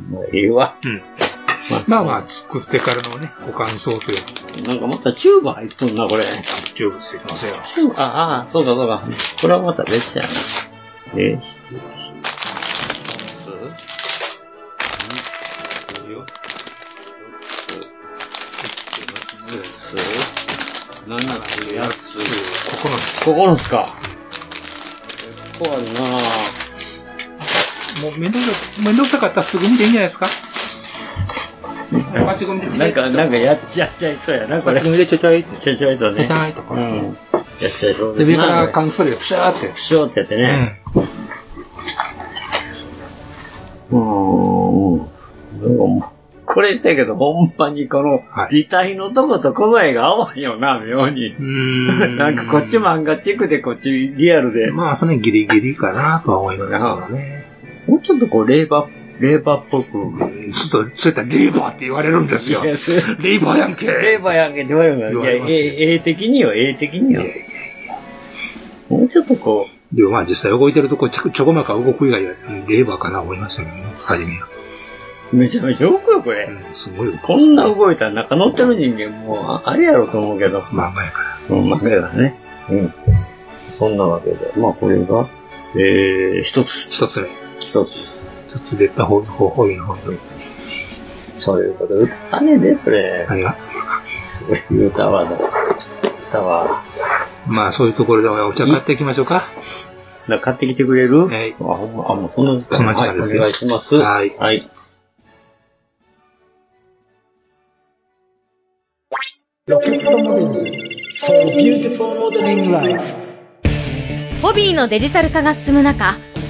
Speaker 6: まあ、ええわ。
Speaker 7: うん。
Speaker 6: ま
Speaker 7: ま
Speaker 6: あ
Speaker 7: あ
Speaker 6: ま
Speaker 7: ま
Speaker 6: あ
Speaker 7: あ、作ってからのね、ご感想というか、
Speaker 6: なんかまたチューブ入っとんな、これ。
Speaker 7: チューブついてますよ。
Speaker 6: チューブ、ああ、そうかそうか。これはまた別やな。えなんならやつ。
Speaker 7: ここの
Speaker 6: ここのっすか。ここあるなぁ。
Speaker 7: もう面倒くさ、面倒くさかったらすぐ見ていいんじゃないですかパチコミで
Speaker 6: なんか、なんかやっちゃっちゃいそうやな、こ
Speaker 7: パ
Speaker 6: れ
Speaker 7: チ。コミでちょいちょいって。
Speaker 6: ちゃいちゃいとね。
Speaker 7: ペタンとこ
Speaker 6: う
Speaker 7: れ
Speaker 6: ん。やっちゃいそうで
Speaker 7: です上
Speaker 6: な。
Speaker 7: から
Speaker 6: これ
Speaker 7: 缶スプレーでプシャーって
Speaker 6: プ。シューってやって
Speaker 7: う
Speaker 6: ね。
Speaker 7: ん。
Speaker 6: うん。なんかもうこれせやけど、ほんまにこの、
Speaker 7: はい
Speaker 6: 立体のとことこの絵が合わんよな、妙に。
Speaker 7: うん
Speaker 6: なんかこっち漫画チックでこっちリアルで。
Speaker 7: まあ、それギリギリかなとは思いますけどね。
Speaker 6: もうちょっとこう、レーバー、レーバーっぽく。
Speaker 7: ちょっと、そういったレーバーって言われるんですよ。
Speaker 6: い
Speaker 7: レ
Speaker 6: やそう
Speaker 7: ーバーやんけ。
Speaker 6: レーバーやんけって言われる
Speaker 7: 言
Speaker 6: か
Speaker 7: わ
Speaker 6: ら、い
Speaker 7: れ
Speaker 6: や、
Speaker 7: ますよ
Speaker 6: 絵絵的によ、絵的
Speaker 7: い
Speaker 6: によ
Speaker 7: や。いや
Speaker 6: もうちょっとこう、
Speaker 7: でもまあ実際動いてるとこちょちょこまか動く以外はレーバーかな思いましたけどね、初めは。
Speaker 6: めちゃめちゃ動くよ、これ。
Speaker 7: うん、すごい動く
Speaker 6: こんな動いたら中乗ってる人間もああれやろと思うけど。
Speaker 7: 漫画やから。
Speaker 6: うん、まあ、だからね。うん。そんなわけで。まあ、これが、えー、一つ。
Speaker 7: 一つ目。
Speaker 6: 一つ。
Speaker 7: 一つ出た方法、方位の方位の。
Speaker 6: そういうこと。歌ねですね。
Speaker 7: 何が
Speaker 6: そういう歌はだ。歌は、
Speaker 7: まあそういうところでお茶買っていきましょうか。
Speaker 6: だ買ってきてくれる
Speaker 7: はい
Speaker 6: あ、ほんま、あ、もうそんな時間
Speaker 7: そんな時間
Speaker 6: は
Speaker 7: です
Speaker 6: い、お願
Speaker 7: ね
Speaker 6: いします。
Speaker 7: はい
Speaker 6: はい。
Speaker 8: ロケットモデルズ for beautiful modeling life
Speaker 9: ホビーのデジタル化が進む中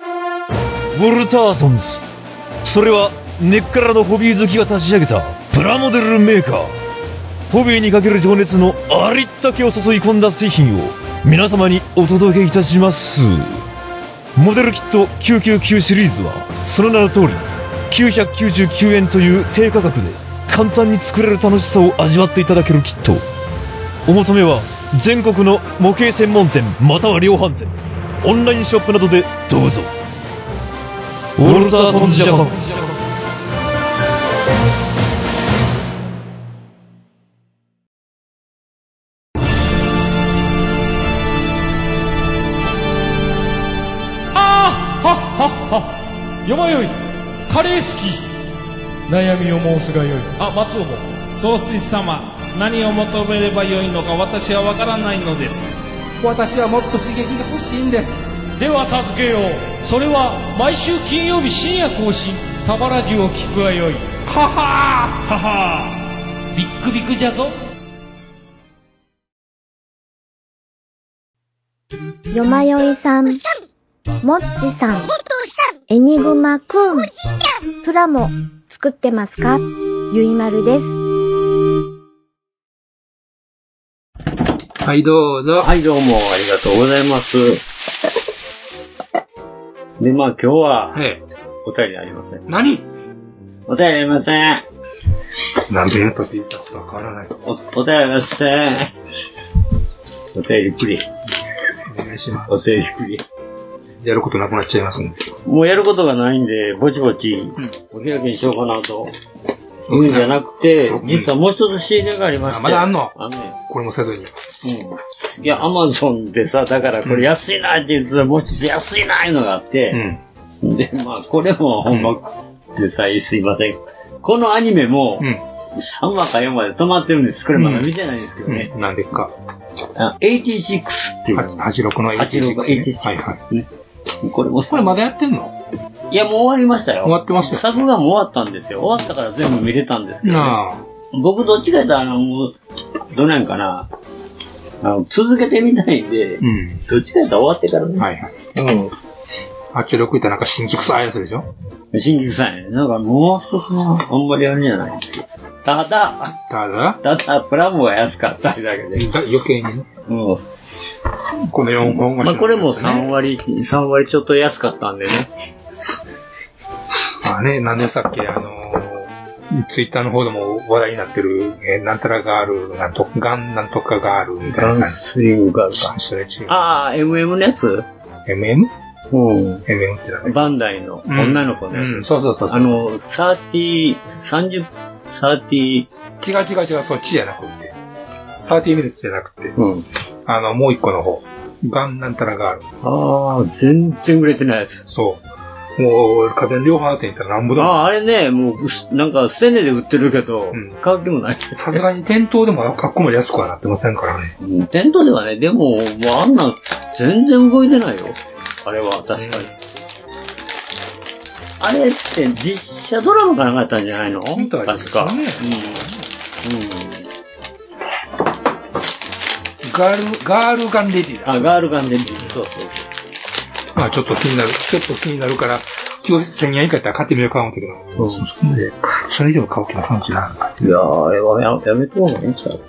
Speaker 10: ウォルターソンズそれは根っからのホビー好きが立ち上げたプラモデルメーカーホビーにかける情熱のありったけを注い込んだ製品を皆様にお届けいたしますモデルキット999シリーズはその名の通り999円という低価格で簡単に作れる楽しさを味わっていただけるキットお求めは全国の模型専門店または量販店オンラインショップなどでどうぞウォルターソンズジャパン
Speaker 11: あーはっはっはよまよいカレー好き悩みを申すがよいあ松尾も
Speaker 12: 総帥様何を求めればよいのか私はわからないのです
Speaker 11: 私はもっと刺激が欲しいんですでは助けようそれは毎週金曜日深夜更新サバラジを聞くがよいははーははービックビックじゃぞ
Speaker 13: よまよいさん、もっちさん、エニグマくん、プラモ作ってますかゆいまるです。
Speaker 7: はい、どうぞ。
Speaker 6: はい、どうも、ありがとうございます。で、まあ今日は、お便りありません。
Speaker 7: 何
Speaker 6: お便りありません。
Speaker 7: 何で言ったって言ったことは変わらない。
Speaker 6: お、お便りありません。お便りくれ。
Speaker 7: お願いします。
Speaker 6: お便りくれ。
Speaker 7: やることなくなっちゃいますんで。
Speaker 6: もうやることがないんで、ぼちぼち、お開きにしようかなと。いうんじゃなくて、実はもう一つ CD がありまして。
Speaker 7: まだあんの
Speaker 6: あのね。
Speaker 7: これもせずに。
Speaker 6: うん。いや、アマゾンでさ、だからこれ安いなって言ってたら、もう一つ安いないうのがあって、で、まあ、これもほんま、実際すいません。このアニメも、3話か4話で止まってるんです。これまだ見てないんですけどね。
Speaker 7: うんなんでか。
Speaker 6: あ86っていう。
Speaker 7: 86の
Speaker 6: 86
Speaker 7: 86。はいはい。
Speaker 6: これも
Speaker 7: これまだやってんの
Speaker 6: いや、もう終わりましたよ。
Speaker 7: 終わってますよ
Speaker 6: 作画も終わったんですよ。終わったから全部見れたんですけど、ね。
Speaker 7: なあ。
Speaker 6: 僕どっちか言ったら、あの、もうどうなんかな。あの、続けてみたいんで、
Speaker 7: うん。
Speaker 6: どっちか言ったら終わってからね。
Speaker 7: はいはい。86ってなんか新宿さあやつでしょ
Speaker 6: うん。新宿さんやね。なんかもう一つな、あんまりあれじゃない。ただ、
Speaker 7: ただ
Speaker 6: ただ、プラモが安かったりだけで。
Speaker 7: だ余計にね。
Speaker 6: うん。
Speaker 7: この4本が
Speaker 6: まあ、これも3割、3割ちょっと安かったんでね。
Speaker 7: まあね、なんでさっき、あのーツイッターの方でも話題になってる、えーなんたらがある、なんと、ガンなんとかがある、みたいな感じ。
Speaker 6: スリムがあるか。
Speaker 7: それ違う。
Speaker 6: ああ、MM のやつ
Speaker 7: MM?MM
Speaker 6: うん。
Speaker 7: ってなんだ
Speaker 6: バンダイの
Speaker 7: うん
Speaker 6: 女の子ね。
Speaker 7: うん、そうそうそうそう。
Speaker 6: あの、30、30、30、
Speaker 7: 違う違う違う、そっちじゃなくて。30ミニッツじゃなくて、
Speaker 6: うん。
Speaker 7: あの、もう一個の方。ガンなんたらがある。
Speaker 6: ああ、全然売れてないやつ。
Speaker 7: そう。もう、家電量販店行ったらなんぼ
Speaker 6: あ
Speaker 7: でも。
Speaker 6: あ、あれね、もう、すなんか、ステネで売ってるけど、
Speaker 7: ん
Speaker 6: 買う気もない。
Speaker 7: さすがに店頭でも格好も安くはなってませんからね。
Speaker 6: うん店頭ではね、でも、もうあんなん、全然動いてないよ。あれは、確かに。あれって、実写ドラマかなんかやったんじゃないの
Speaker 7: みたいで
Speaker 6: 確
Speaker 7: す
Speaker 6: か。
Speaker 7: ね
Speaker 6: うん。うん。
Speaker 7: ガール、ガールガンレディだ。
Speaker 6: あ、ガールガンで、そうそう。
Speaker 7: まあちょっと気になる、ちょっと気になるから、今日1000円以下やったら買ってみようか思うけど、
Speaker 6: うん
Speaker 7: そそんで、それ以上買う気がさんちな。
Speaker 6: いやー、あれはややめた方がいいんちゃう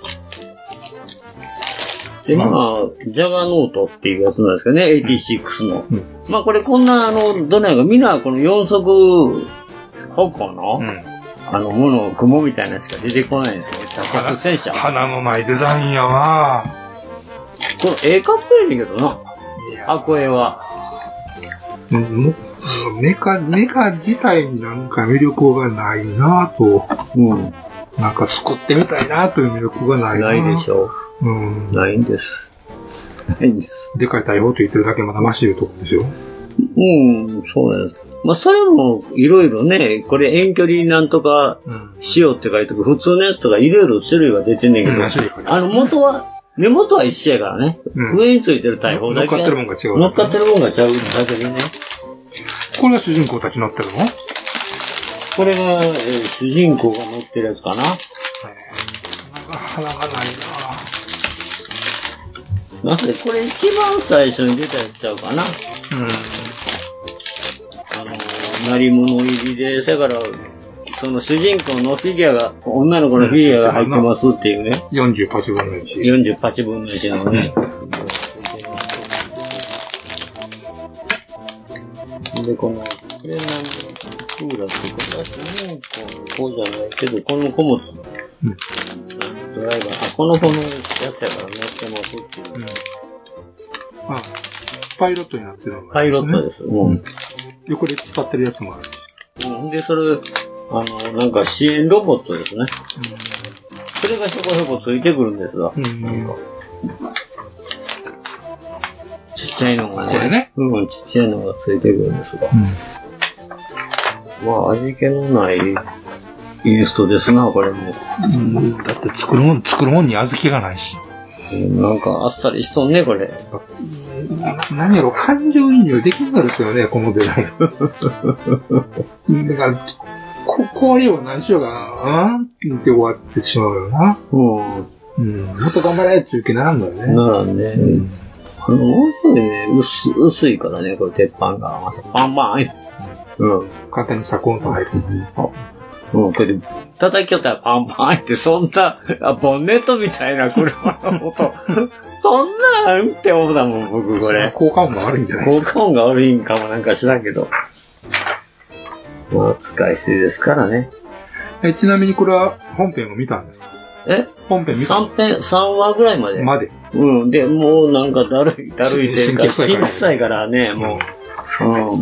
Speaker 6: で、まあ、ジャガーノートっていうやつなんですけどね、86の。まあ、これこんな、あの、どないか、みんなこの4足歩行の、
Speaker 7: うん。
Speaker 6: あの、もの、雲みたいなやつしか出てこないんですよ。多脚戦車。こ
Speaker 7: 花のないデザインやわ。
Speaker 6: の絵かっこいいねんけどな、箱絵は。
Speaker 7: うんもメカ、メカ自体になんか魅力がないなぁと、
Speaker 6: うん。
Speaker 7: なんか作ってみたいなという魅力がないな
Speaker 6: ないでしょ
Speaker 7: ょ。うん。
Speaker 6: ないんです。ないんです。
Speaker 7: でかい大砲と言ってるだけまだマシいうとこですよ。
Speaker 6: うん、そうです。まあ、それもいろいろね、これ遠距離なんとかしようって書いてある普通のやつとかいろいろ種類が出てんねんけど、あの元は、根元は一緒やからね。上についてる大砲だけ。
Speaker 7: 乗っかってるもんが違う
Speaker 6: 乗っかってるもんが違うだけでね。
Speaker 7: これが主人公たちになってるの
Speaker 6: これが、えー主人公が乗ってるやつかな。
Speaker 7: 花がない
Speaker 6: なんで、これ一番最初に出たやつちゃうかな。鳴り物入りで、だから、その主人公のフィギュアが、女の子のフィギュアが入ってますっていうね。
Speaker 7: 48分の1。
Speaker 6: 48分の1なのね。で、この、これなんだクーラーってこれは主人公の子じゃないけど、この子も、ドライバー、あ、この子のやつやから乗ってますっていう。
Speaker 7: な。あ、パイロットになってるのが、
Speaker 6: パイロットです。うん。
Speaker 7: 横で使ってるやつもある。
Speaker 6: うん、で、それ、あの、なんか支援ロボットですね。それがひょこひょこついてくるんですが、なんかちっちゃいのがね、
Speaker 7: これね
Speaker 6: うん、ちっちゃいのがついてくるんですが、まあ、味気のないインストですな、これも。
Speaker 7: うん、だって作るもん、作るもんに小豆がないし。
Speaker 6: うんなんかあっさりしとんね、これ。
Speaker 7: 何やろ、感情移入できんのですよね、このデザイン。だから、こ、これを何しようかな、うんって終わってしまうよな。うん。もっと頑張れっていう気にならんのよね。
Speaker 6: ならね、あの、もうすぐね、薄薄いからね、これ鉄板が。またパンパン。うん。
Speaker 7: 簡単にサコンと入る。
Speaker 6: うん、これで叩きよったらパンパンって、そんな、あボンネットみたいな車の
Speaker 7: <laughs>
Speaker 6: 音、そんなんって思うだもん、僕これ。
Speaker 7: 効果音が悪いんじゃないです
Speaker 6: 効果音が悪いんかもなんか知らんけど。まあ、使い捨てですからね。
Speaker 7: えちなみにこれは本編を見たんですか
Speaker 6: え
Speaker 7: 本編見た
Speaker 6: 3編、三話ぐらいまで。
Speaker 7: まで。
Speaker 6: うん、で、もうなんかだるい、だるいというか、
Speaker 7: 神
Speaker 6: 心
Speaker 7: 経
Speaker 6: 臭いからね、もう。うん、もう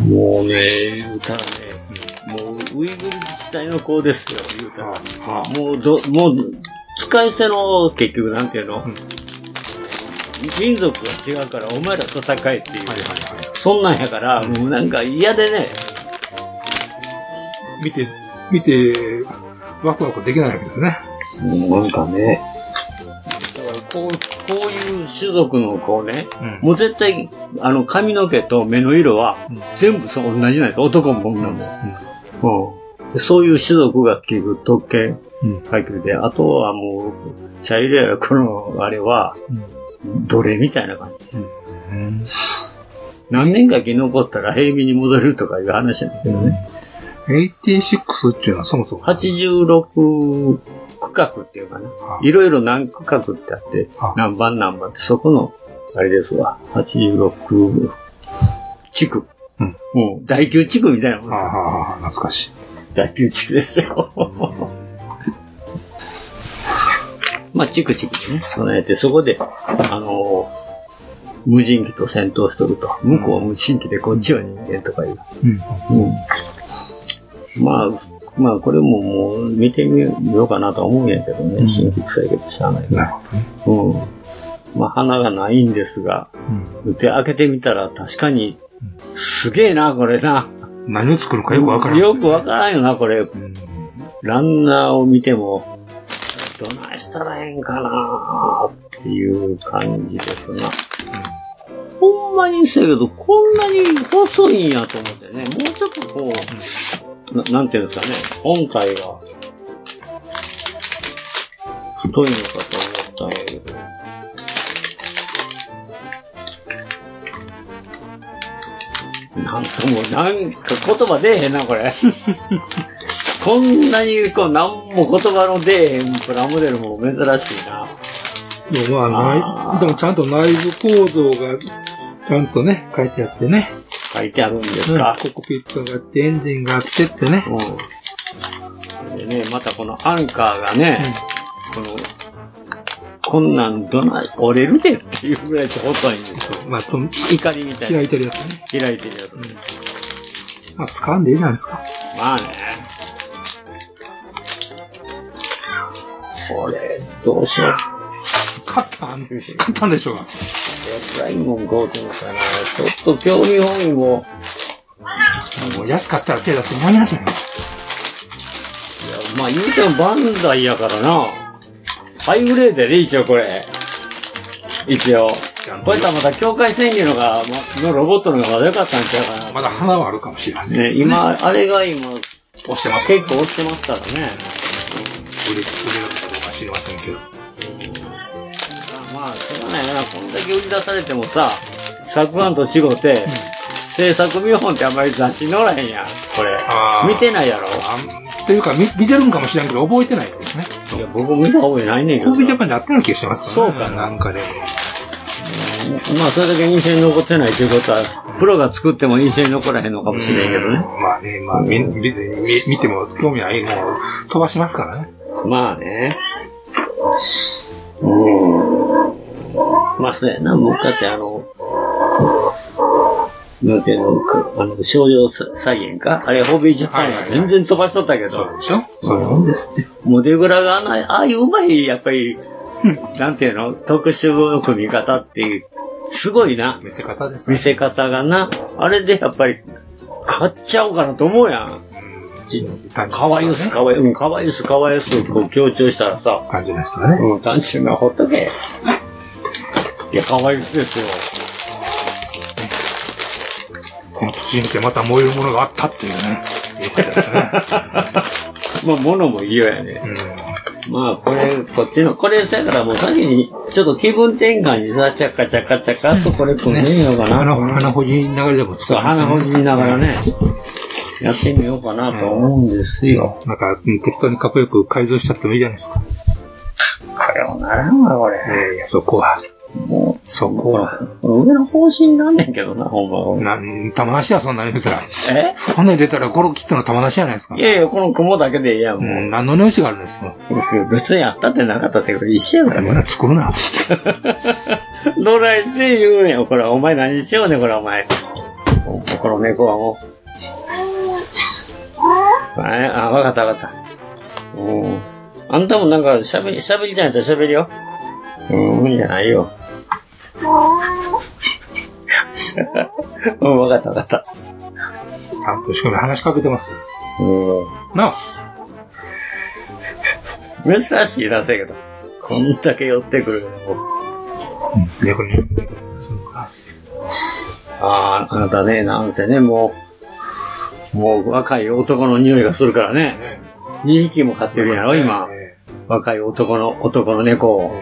Speaker 6: もうね、言うたらね、もうウイグル自体の子ですよ、言うたら。もうど、もう、使い捨ての、結局なんていうの、民族が違うから、お前らと戦えっていう、そんなんやから、もうなんか嫌でね、
Speaker 7: 見て、見て、ワクワクできないわけですね。
Speaker 6: なんかね、だからこう、こういう種族の子ね、もう絶対、あの、髪の毛と目の色は、全部そう同じなんです。男も女も。うんでそういう種族が結局特権階級で、あとはもう、茶色やらこのあれは、奴隷みたいな感じ。何年か生き残ったら平民に戻れるとかいう話なんだけどね。
Speaker 7: 86っていうのはそもそも。
Speaker 6: 86区画っていうかな。いろいろ何区画ってあって、何番何番って、そこの、あれですわ、86地区。うん。もう、第9地区みたいなもんですよ。
Speaker 7: ああ、懐かしい。
Speaker 6: 第9地区ですよ。まあ、地区地区でね、備えて、そこで、あのー無人機と戦闘しとると。向こうは無人機で、こっちは人間とかいう。
Speaker 7: うん。
Speaker 6: うん。まあ、まあ、これももう見てみようかなとは思うんやけどね。神秘臭いけど知らないから。うん。まあ、花がないんですが、で、開けてみたら確かに、すげえな、これな。
Speaker 7: 何を作るかよくわからん。
Speaker 6: よくわからんよな、これ。ランナーを見ても、どないしたらええんかなっていう感じですな。ほんまにせやけど、こんなに細いんやと思ってね、もうちょっとこう、ななんていうんですかね、本体が、太いのかと思ったんやけど。なんかもう、なんか言葉出えへんな、これ。こんなに、こう、なんも言葉の出えへんプラモデルも珍しいな。
Speaker 7: でもまあ、内でもちゃんと内部構造が、ちゃんとね、書いてあってね。
Speaker 6: 書いてあるんですか。
Speaker 7: うんコックピットがあって、エンジンがあってってね。
Speaker 6: でね、またこのアンカーがね、この、こんなんどない、折れるでっていうぐらいちょっといんですよ。
Speaker 7: まあ、その
Speaker 6: 怒りみたいな。
Speaker 7: 開いてるやつね。
Speaker 6: 開いてるやつね。
Speaker 7: まあ、掴んでいいじゃないですか。
Speaker 6: まあね。これ、どうしよう。
Speaker 7: 勝ったん勝ったんでしょうが。
Speaker 6: ラインもゴートのかな。ちょっと興味本位を。
Speaker 7: もう安かったら手出して参りましたね。
Speaker 6: まあ言うてもバンダイやからな。ハイグレードやで、一応これ。一応。こういったらまた境界宣言のが、まのロボットの方がまだ良かったんちゃうかな。
Speaker 7: まだ花はあるかもしれません。
Speaker 6: ね、今、あれが今、
Speaker 7: 押してます。
Speaker 6: 結構押してますからね。
Speaker 7: 売れ、売れるかどうか知りませんけど。
Speaker 6: まあ、しょうがないよな。こんだけ売り出されてもさ、作案と違って、制作見本ってあんまり雑誌に載らへんやん。これ。見てないやろ。
Speaker 7: というか、み見てるんかもしれんけど、覚えてないですね。
Speaker 6: いや、僕見た覚えないねんけど。
Speaker 7: コンビジャパンであったような気がしてますからね。
Speaker 6: そうか
Speaker 7: なんかでも。
Speaker 6: まあ、それだけ印象に残ってないということは、プロが作っても印象に残らへんのかもしれんけどね。
Speaker 7: まあね、まあ、み、見て、み見ても興味ないものを飛ばしますからね。
Speaker 6: まあね。うん。まあ、そうやな。僕だってあの、なんていうのく、あの、少女再現かあれ、ホビージャパンは全然飛ばしとったけど。そう
Speaker 7: でしょ
Speaker 6: そうなんですって。モデグラがあのああいううまい、やっぱり、なんていうの、特殊の組み方っていう、すごいな。
Speaker 7: 見せ方です。
Speaker 6: 見せ方がな。あれでやっぱり、買っちゃおうかなと思うやん。かわいいっす、かわいい、うん、かわいいっす、かわいいっす、こう強調したらさ。
Speaker 7: 感じましたね。
Speaker 6: うん、単純なほっとけ。いや、かわいいっすです <laughs> よ。
Speaker 7: この土地に来てまた燃えるものがあったっていうね。よかったですね。
Speaker 6: まあ、物もいいよやね。まあ、これ、こっちの、これ、せやからもう先に、ちょっと気分転換にさ、チャカチャカチャカっとこれ組んでみようかな。
Speaker 7: 花花ほじりながらでも使
Speaker 6: そう、
Speaker 7: います
Speaker 6: 鼻
Speaker 7: ね
Speaker 6: ほじりながらね、やってみようかなと思うんですよ。
Speaker 7: なんか、うん適当にかっこよく改造しちゃってもいいじゃないですか。
Speaker 6: これもならんわ、これ。
Speaker 7: いやそこは。
Speaker 6: もう、
Speaker 7: そこは。
Speaker 6: 上の方針なんねんけどな、ほんまは。
Speaker 7: なん、玉出しや、そんなに出たら。
Speaker 6: え
Speaker 7: 骨出たらゴロキットの玉出しじゃないですか。
Speaker 6: いやいや、この雲だけでいいやん、もう。
Speaker 7: うん、何の値打ちがあるんですか。
Speaker 6: 別にあったってなかったってこれ一緒やから
Speaker 7: ま
Speaker 6: ね
Speaker 7: だ。作るな。
Speaker 6: <laughs> どないして言うんや、これ。お前何しようねん、これ、お前。おこの猫はもう。はい、あ、わかったわかった。うん。あんたもなんか喋り、喋りたいんやったら喋るよ。うん、無理じゃないよ。 <laughs> うん、わかったわかった。
Speaker 7: あんとしかも話しかけてますよ。
Speaker 6: う
Speaker 7: なあ。
Speaker 6: ん。珍しいな、せやけど。こんだけ寄ってくるのも。
Speaker 7: 猫に。
Speaker 6: ああ、あなたね、なんせね、もう、もう若い男の匂いがするからね。2匹も飼ってるんやろ、今。若い男の、男の猫を。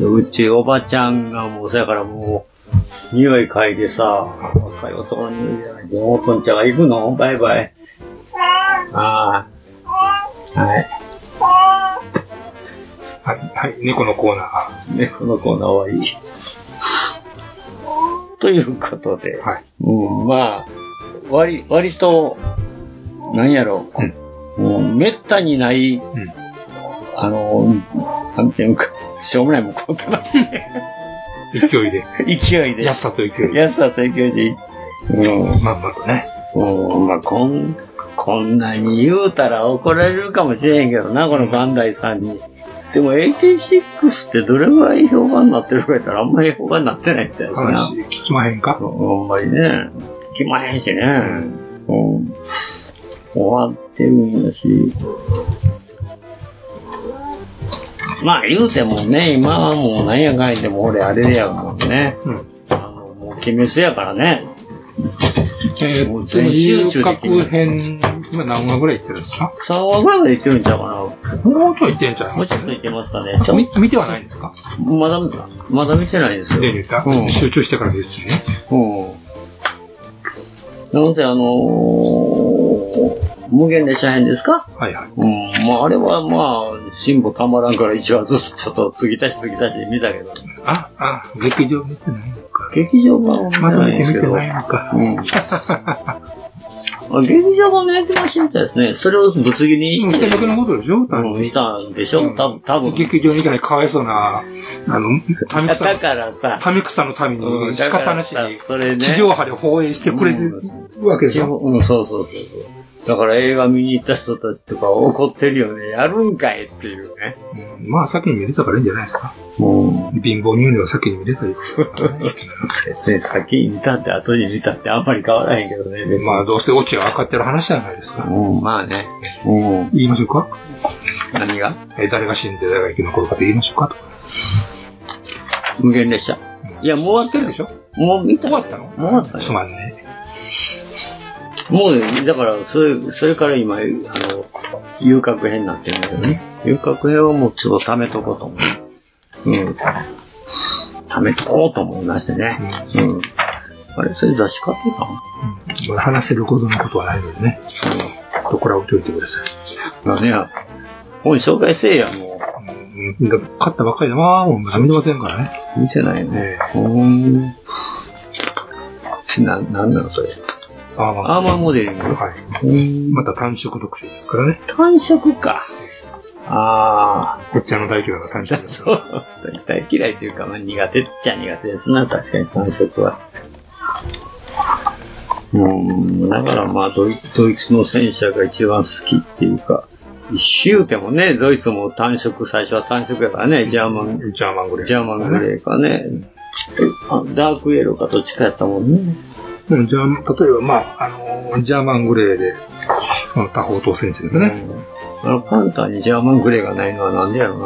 Speaker 6: うちおばちゃんがもう、そやからもう、匂い嗅いでさ、若い男の匂いじゃない。妹んちゃんが行くのバイバイ。ああ。はい。
Speaker 7: はい、はい、猫のコーナー。
Speaker 6: 猫のコーナー終わ <laughs> り。ということで、うん、まあ、割、割と、なんやろう、もう、めったにない、あの、なんていうんか、しょうもないもん、こんな <laughs>
Speaker 7: 勢いで。
Speaker 6: 勢いで。
Speaker 7: 安さと勢いで。
Speaker 6: 安さと勢いで、うん、
Speaker 7: まんまとね。
Speaker 6: うん、まあ、こん、こんなに言うたら怒られるかもしれへんけどな、このバンダイさんに。でも86ってどれぐらい評判になってるか言ったらあんまり評判になってないみたいですな
Speaker 7: 話。聞きまへんか
Speaker 6: ほんまにね、来まへんしね、うん、終わってるんやし、まあ言うてもね、今はもうなんやかんやでも俺あれやもんね、あのもう決めすやからね、
Speaker 7: え
Speaker 6: もう
Speaker 7: ー、と、
Speaker 6: 全部集
Speaker 7: 遊
Speaker 6: 中できる
Speaker 7: 郭編、今何話ぐらい行ってるんですか
Speaker 6: 3話ぐらいまで行ってるんちゃうか
Speaker 7: もうちょい行ってんちゃ
Speaker 6: な、
Speaker 7: い
Speaker 6: も
Speaker 7: ま
Speaker 6: う
Speaker 7: す
Speaker 6: ちょっと行ってますかね、ちょ
Speaker 7: み見てはないんですか
Speaker 6: まだ、まだ見てないですよ。
Speaker 7: 例に言った、
Speaker 6: うん
Speaker 7: 集中してから言うしね。
Speaker 6: うん。なので、あのー無限列車編ですか
Speaker 7: はいはい。
Speaker 6: うん、まあ、あれはまあ、辛抱たまらんから一話ずつちょっと継ぎ足し継ぎ足しで見たけど、
Speaker 7: あ、あ、劇場見てないのか。
Speaker 6: 劇場版を見て
Speaker 7: まだ
Speaker 6: な
Speaker 7: 見
Speaker 6: いん
Speaker 7: て
Speaker 6: です
Speaker 7: 見
Speaker 6: け
Speaker 7: て
Speaker 6: ど、
Speaker 7: ないのか。
Speaker 6: あ劇場版の影響は知りたいですね。それをぶつ切りに
Speaker 7: もう
Speaker 6: し
Speaker 7: 一
Speaker 6: て
Speaker 7: 回、僕のことでしょ多分
Speaker 6: うんしたんでしょ多分、多分。
Speaker 7: 劇場に行かないかわいそうな、あの、民草
Speaker 6: だ
Speaker 7: の、
Speaker 6: からさ、
Speaker 7: 民草の民
Speaker 6: うん
Speaker 7: に仕方なし
Speaker 6: だから
Speaker 7: に
Speaker 6: さそれね
Speaker 7: 地上波で放映してくれてるわけで
Speaker 6: 基
Speaker 7: しょ
Speaker 6: 本うん、そうそうそうそう。だから映画見に行った人たちとか怒ってるよね。やるんかいっていうね。
Speaker 7: まあ、先に見れたからいいんじゃないですか。貧乏乳は先に見れたりするからね
Speaker 6: 別に先に見たって後に見たってあんまり変わらへんけどね。別に
Speaker 7: まあ、どうせオチは分かってる話じゃないですか。
Speaker 6: まあね。
Speaker 7: 言いましょうか
Speaker 6: 何が
Speaker 7: え誰が死んで誰が生き残るかって言いましょうかとか。
Speaker 6: 無限列車。いや、もう終わってるでしょもう見た。終わったのもう終わった
Speaker 7: すまんね。
Speaker 6: もうね、だから、それ、それから今、あの、遊郭編になってるんだけどね。遊郭編はもうちょっと貯めとこうと思う。うん。貯めとこうと思いましてね。うん。あれ、それ雑誌買ってたの
Speaker 7: まあ話せるほどのことはないのでね。ここら置いといてください。
Speaker 6: 何や。本紹介せえや、も
Speaker 7: うんだ勝ったばっかりだわーもう何でも出んからね。
Speaker 6: う。見てないよね。うーん。ちな、なんなのそれ。
Speaker 7: アーマ
Speaker 6: アーマーモデリング。
Speaker 7: はい。また単色特集ですからね。
Speaker 6: 単色か。あ
Speaker 7: あ。こっちらの大嫌いが単色です。
Speaker 6: そう。大嫌いというか、まあ苦手っちゃ苦手ですな、確かに単色は。うん、だからまあドイドイツの戦車が一番好きっていうか、一周でもね、ドイツも単色、最初は単色やからね、ジャーマン、
Speaker 7: ジャーマングレー、
Speaker 6: ジャーマングレーかね、あダークイエローかどっちかやったもんね。
Speaker 7: うん、じゃあ、例えば、まあ、あのージャーマングレーで、あの多方統選手ですね。
Speaker 6: あの、パンターにジャーマングレーがないのはなんでやろう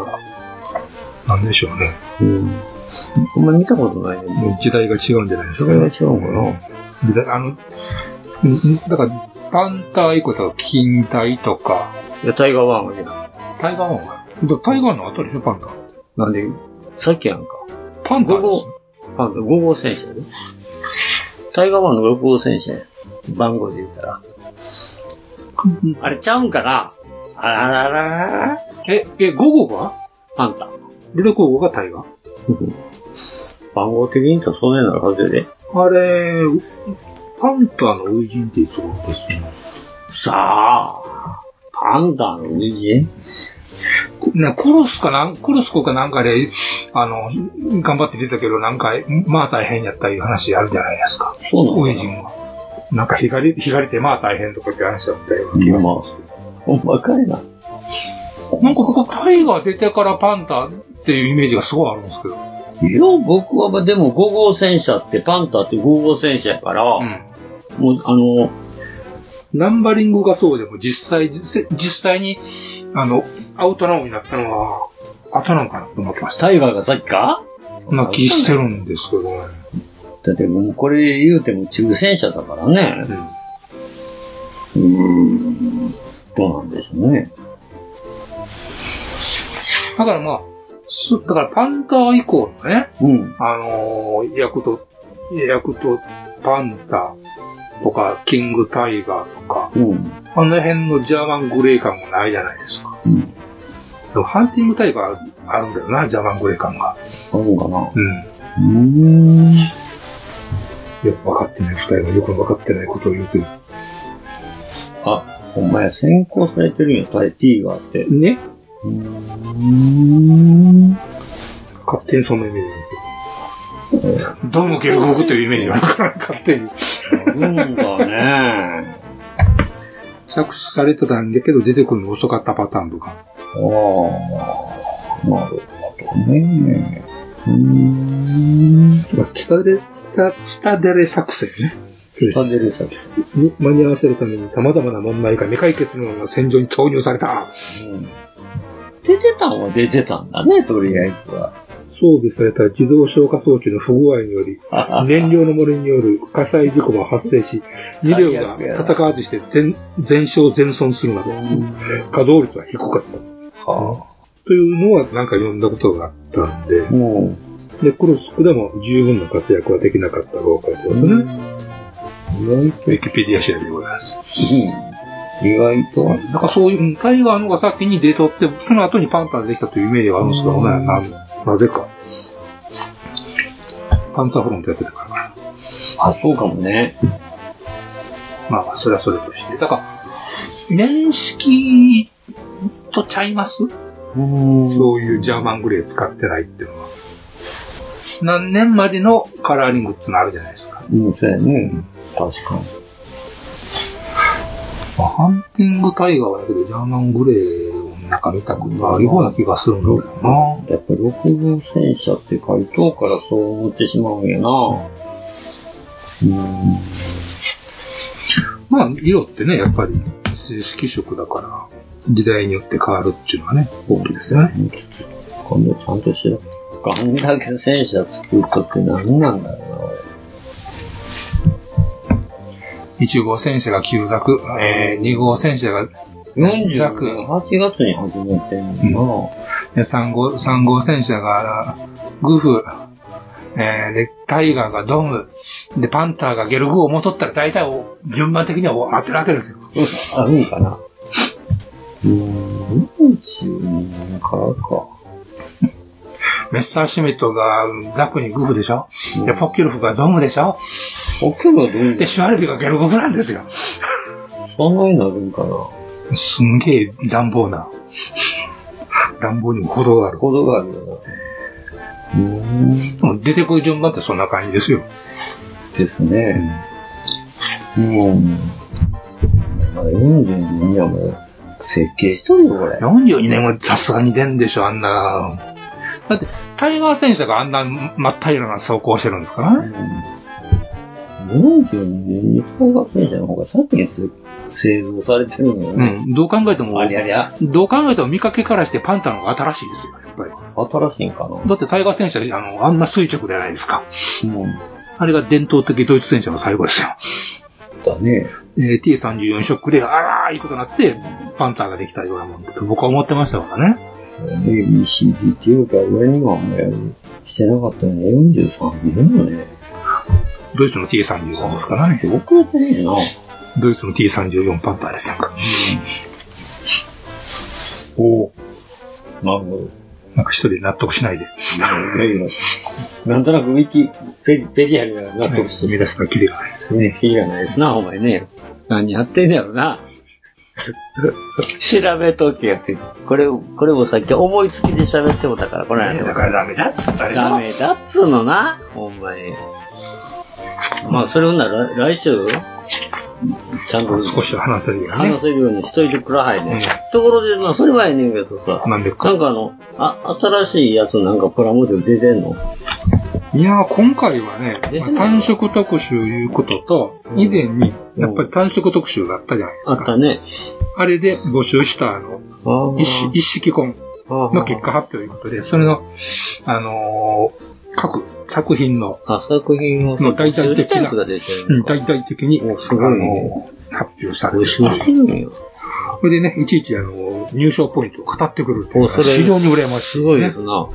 Speaker 6: な。
Speaker 7: なんでしょうね。
Speaker 6: うん。あんま見たことないよね。
Speaker 7: 時代が違うんじゃないです
Speaker 6: そ
Speaker 7: か
Speaker 6: れが
Speaker 7: ね。
Speaker 6: 違うのか
Speaker 7: 時代、あの、うんうんだから、パンター以降とか、近代とか、
Speaker 6: な。いや、タイガーワンはや。
Speaker 7: タイガーワンはだからタイガーの後でしょ、パンター。
Speaker 6: なんで、さっきやんか。
Speaker 7: パンター
Speaker 6: 5号、パンタ、5号戦車やで。タイガーワンの6号戦車や。番号で言ったら。あれちゃうんかなあららららら
Speaker 7: え、え、5号が
Speaker 6: パンタ。
Speaker 7: ルル5号がタイガー
Speaker 6: 番号的に言うとそうなるはずやで。
Speaker 7: あれ、パンターの初陣っていつ頃ですね。
Speaker 6: さあ、パンタのウイジ
Speaker 7: ね、コロスかなん、コロスコかなんかで、あの、頑張って出たけど、なんか、まあ大変やったいう話あるじゃないですか。
Speaker 6: そうなのかな
Speaker 7: ウイジンは。なんか、ひがれ、ひがれて、まあ大変とかって話だったような気がす
Speaker 6: まあ、ほんまかいな。
Speaker 7: る。なんか、ここ、タイガー出てからパンタっていうイメージがすごいあるんですけど。
Speaker 6: いや、僕は、まあでも5号戦車って、パンタって5号戦車やから、もう、あの、
Speaker 7: ナンバリングがそうでも、実際、実実際に、あの、アウトナウンになったのは、後なのかなと思ってました。
Speaker 6: タイガーがさっきか
Speaker 7: そんな気してるんですけどね。
Speaker 6: だってもうこれ言うても中戦車だからね。うん。ん。どうなんでしょうね。
Speaker 7: だからまあ、そだからパンター以降のね、
Speaker 6: うん。
Speaker 7: あのー、ヤクト、ヤクトパンタとか、キングタイガーとか、
Speaker 6: うん。
Speaker 7: あの辺のジャーマングレー感もないじゃないですか。
Speaker 6: うん
Speaker 7: でもハンティングタイガーあるんだよな、ジャーマングレー感が。
Speaker 6: あるんかな。
Speaker 7: うん。
Speaker 6: うん。
Speaker 7: よく分かってない二人がよく分かってないことを言うという。
Speaker 6: あ、お前先行されてるんや、タイティーガーって。
Speaker 7: ね
Speaker 6: うん。
Speaker 7: 勝手にそのイメージだけど。どうもゲルゴグというイメージがあるから、勝手に。
Speaker 6: うんだね。
Speaker 7: 着手されてたんだけど、出てくるの遅かったパターンとか。
Speaker 6: ああ、なるほどね。うん。
Speaker 7: まあ、ツタデレ、ツタ、ツタデレ作戦ね。
Speaker 6: スタデルサ
Speaker 7: に間に合わせるために様々な問題が未解決のまま戦場に投入された。
Speaker 6: 出てたんは出てたんだね、とりあえずは。
Speaker 7: 装備された自動消火装置の不具合により、燃料の漏れによる火災事故が発生し、2両が戦わずして全全焼全損するなど、稼働率は低かった。というのはなんか読んだことがあったんで、で、クロスクでも十分な活躍はできなかったろうかとですね。ウィキペディア調べでございます。
Speaker 6: 意外と。
Speaker 7: なんかそういう、タイガーのが先にデートって、その後にパンターでできたというイメージがあるんですけどね、ななぜか。パンツァーフロントやってたからか
Speaker 6: あ、そうかもね。
Speaker 7: な。まあまあ、それはそれとして。だから、年式とちゃいますそういうジャーマングレー使ってないっていうのは。何年までのカラーリングってのあるじゃないですか。
Speaker 6: うん、そうやね。確かに。
Speaker 7: まあ、ハンティングタイガーだけど、ジャーマングレーをなんか見たことあるような気がするんだよな。
Speaker 6: やっぱ六軍戦車って書いとうからそう思ってしまうんやな。うん。
Speaker 7: まあ、色ってね、やっぱり正式色だから、時代によって変わるっていうのはね、大きいですよね。
Speaker 6: 今度ちゃんとしろ。ガンだけ戦車作ったって何なんだろうな、俺。
Speaker 7: 1号戦車が急落、えー、2号戦車が弱、
Speaker 6: 8月に始めてんのか
Speaker 7: で3号、3号戦車がグフ、えー、で、タイガーがドム、で、パンターがゲルグをもとったら大体お順番的にはお当てるわけですよ。
Speaker 6: な。あるんかな。うーん、22からか。
Speaker 7: メッサーシュミットがザクにグフでしょ、で、ポッキルフがドムでしょ
Speaker 6: ポッキルフはドム
Speaker 7: で、シュワルビがゲルグフなんですよ。
Speaker 6: そんなになるんかな。
Speaker 7: すんげえ乱暴な。乱暴にも程がある。
Speaker 6: 程があるよ
Speaker 7: な。出てくる順番ってそんな感じですよ。
Speaker 6: ですね。うん。まだ42年はもう設計しとるよ、これ。
Speaker 7: 42年はさすがに出んでしょ、あんな。だって、タイガー戦車があんな真っ平らな走行してるんですからね。
Speaker 6: 42年に高額戦車の方が先に製造されてるんよ
Speaker 7: う
Speaker 6: ね。
Speaker 7: ん。どう考えても、
Speaker 6: ありゃりゃ。
Speaker 7: どう考えても見かけからしてパンタの方が新しいですよ、やっぱり。
Speaker 6: 新しいんかな。
Speaker 7: だってタイガー戦車、あの、あんな垂直じゃないですか。
Speaker 6: うん。
Speaker 7: あれが伝統的ドイツ戦車の最後ですよ。
Speaker 6: だね。
Speaker 7: えー T34 ショックで、あらーいいことになって、パンターができたようなもんだと僕は思ってましたからね。
Speaker 6: ABCD っていうか、上にはあんまりしてなかったね。43年よね。
Speaker 7: ドイツの T34 ですからね。
Speaker 6: 僕はねえな。
Speaker 7: ドイツの T34 パンターですよ。おお。
Speaker 6: なるほど。
Speaker 7: なんか一人納得しないで。
Speaker 6: なんとなくウィキペディ、ペディアルが納得して
Speaker 7: 見出すからキリがない
Speaker 6: ですね。キリがないですな、お前ね。何やってんだろうな。調べとけやって。これ、これもさっき思いつきで喋ってもだから、これ
Speaker 7: だからダメだっつったでしょ
Speaker 6: ダメだっつうのな、ほんまに。まあ、それをなら、来週、ちゃんと
Speaker 7: 少し話せるよね
Speaker 6: 話。せるようにしといてくらはいね。ところで、まあ、それはええねんけどさ。
Speaker 7: なんで
Speaker 6: なんかあの、あ、新しいやつなんかプラモデル出てんの
Speaker 7: いやー、今回はね、まあ単色特集いうことと、以前に、やっぱり単色特集があったじゃないですか。
Speaker 6: あったね。
Speaker 7: あれで募集した、あの、一式一式コンの結果発表ということで、それの、あのー各作品の、
Speaker 6: 作品を
Speaker 7: の大
Speaker 6: 募
Speaker 7: 々的
Speaker 6: 集したや
Speaker 7: な、
Speaker 6: つが出てる
Speaker 7: うん大々的に、あの
Speaker 6: ごい
Speaker 7: ー発表され
Speaker 6: 募
Speaker 7: て
Speaker 6: 集してるんよ。
Speaker 7: それでね、いちいち、あのー入賞ポイントを語ってくるっていうのが
Speaker 6: おそれ
Speaker 7: 非常に羨ましい、
Speaker 6: すごいですな。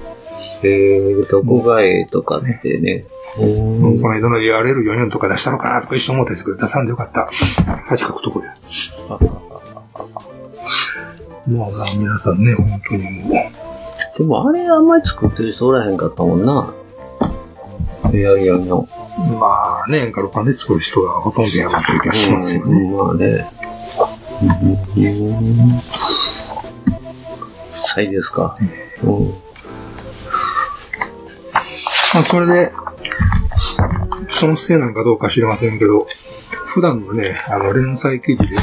Speaker 6: えー、どこがええとかってね。
Speaker 7: うんこの間の URL44 とか出したのかなとか一瞬思ったんですけど、出さんでよかった。恥かくとこで。まあまあ、皆さんね、本当にもう。
Speaker 6: でもあれあんまり作ってる人おらへんかったもんな。いやいやいや。
Speaker 7: まあね、ガロパンで作る人がほとんどやらない気がしますよね。
Speaker 6: まあね。はいですか。うん。
Speaker 7: まあ、それで、そのせいなんかどうか知りませんけど、普段のね、あの、連載記事で、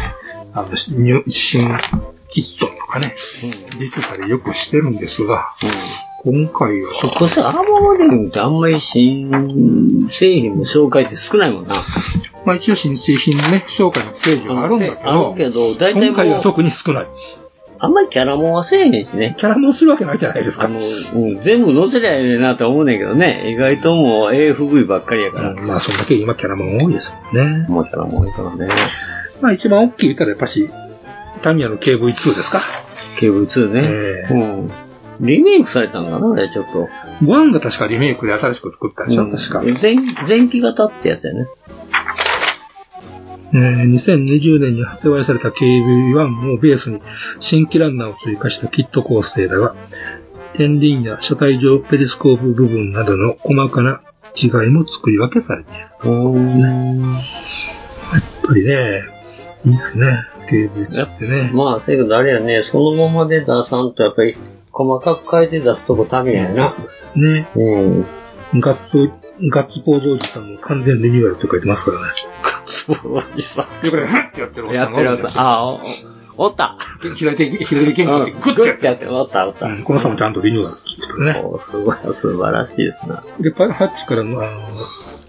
Speaker 7: あの、し入信キットとかね、出てたりよくしてるんですが、今回はちょっ
Speaker 6: これさ、アーマーモデルってあんまり新製品の紹介って少ないもんな。
Speaker 7: と、まあ一応新製品ね、紹介のページはあるんだけ
Speaker 6: ある
Speaker 7: ど、
Speaker 6: けど、大体
Speaker 7: 今回は
Speaker 6: もう、
Speaker 7: 特に少ない。
Speaker 6: あんまりキャラもんはせえへんしね。
Speaker 7: キャラもんするわけないじゃないですか。
Speaker 6: あの、うん、全部載せりゃええねんなと思うねんけどね。意外ともう AFV ばっかりやから。
Speaker 7: まあ、そんだけ今キャラもん多いですもんね。
Speaker 6: もうキャラもん多いからね。
Speaker 7: まあ一番大きい言ったらやっぱし、タミヤの KV2 ですか。
Speaker 6: KV2 ね。
Speaker 7: ええ
Speaker 6: うん。リメイクされたんかなあれ、ちょっと。
Speaker 7: 1が確かリメイクで新しく作ったでしょ、確か。
Speaker 6: 前、前期型ってやつやね。
Speaker 7: えー2020年に発売された KB1 をベースに新規ランナーを追加したキット構成だが、天輪や車体上ペリスコープ部分などの細かな違いも作り分けされている。やっぱりね、いいですね。KB1 ってね。
Speaker 6: まあ、せやけどあれやね、そのままで出さんと、やっぱり、細かく変えて出すとこダメやな。
Speaker 7: そうですね。
Speaker 6: うん。
Speaker 7: ガッツ、ガッツポーズおじさんも完全リニューアルって書いてますからね。
Speaker 6: つぼおじさん。
Speaker 7: よくね、ふってやってるおじさ
Speaker 6: や
Speaker 7: ん
Speaker 6: ってるおじさん。あ、お、おった。
Speaker 7: 左手、左手剣持ってグッてやって
Speaker 6: やってる、おった、おった。
Speaker 7: この人もちゃんとリニューアル
Speaker 6: ね。おすごい、素晴らしいですな。
Speaker 7: で、パハッチからの、あの、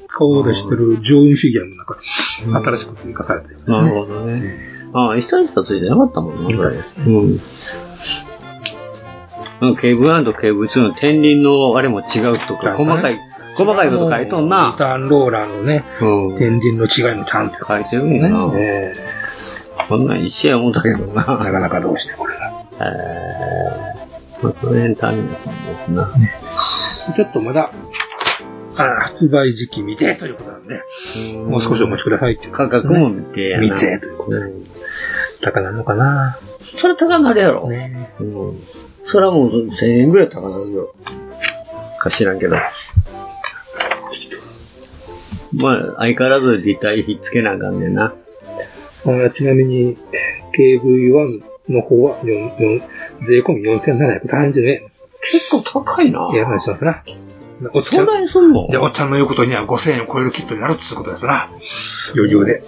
Speaker 7: 顔出してるジョーンフィギュアの中に、新しく追加されたよね。
Speaker 6: なるほどね。ああ、一人しかついてなかったもんね、それです。うん。うん、ケーブルケーブル2の天輪のあれも違うとか、細かい、細かいこと書いとん
Speaker 7: リ
Speaker 6: な。
Speaker 7: ターンローラーのね、
Speaker 6: うん。
Speaker 7: 天輪の違いもちゃんと
Speaker 6: 書いてるんやな。
Speaker 7: え
Speaker 6: こんなん一試合思ったけどな。
Speaker 7: なかなかどうしてこれが。
Speaker 6: えー、まあ、これターミナさんですな。
Speaker 7: ちょっとまだ、あ発売時期未定ということなんで、もう少しお待ちくださいっていう、
Speaker 6: 価格も見てやな。
Speaker 7: 未定ということで、高なのかな
Speaker 6: それ高なるやろ。
Speaker 7: ね
Speaker 6: うん。それはもう1000円ぐらい高なるよ。か知らんけど。まあ、相変わらず立体費つけなあかんねんな。
Speaker 7: あちなみに、KV1 の方は4、4税込み4730円。
Speaker 6: 結構高いな
Speaker 7: っていう話しますな。おっちゃ
Speaker 6: 相
Speaker 7: ん、
Speaker 6: 談すんの
Speaker 7: で、おっちゃんの言うことには5000円を超えるキットになるっていうことですな。余裕で。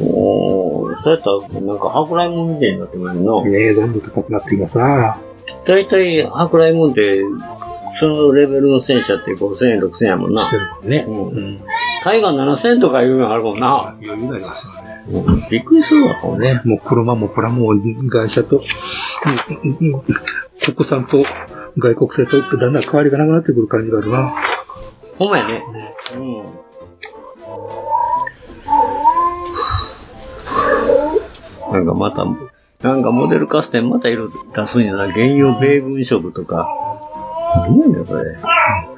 Speaker 6: おー、そうやったら、なんか、舶来物みたいになってくるの。
Speaker 7: ねえ、どんどん高くなってきますな。
Speaker 6: 大体、舶来物って、そのレベルの戦車って5000円、6000円やもんな
Speaker 7: し。てるもんね。
Speaker 6: うん。
Speaker 7: ん。
Speaker 6: タイガー7000とかいうのあるもんな。
Speaker 7: 余裕になりますよね。
Speaker 6: うんびっくりするわ、これね。
Speaker 7: ね、もう車もプラも外車と、うんうんうん国産と外国製とってだんだん変わりがなくなってくる感じがあるな。
Speaker 6: ほんまやね。うん。なんかまた、なんかモデルカステンまた色出すんやな。原油米軍色とか。何やねん、それ。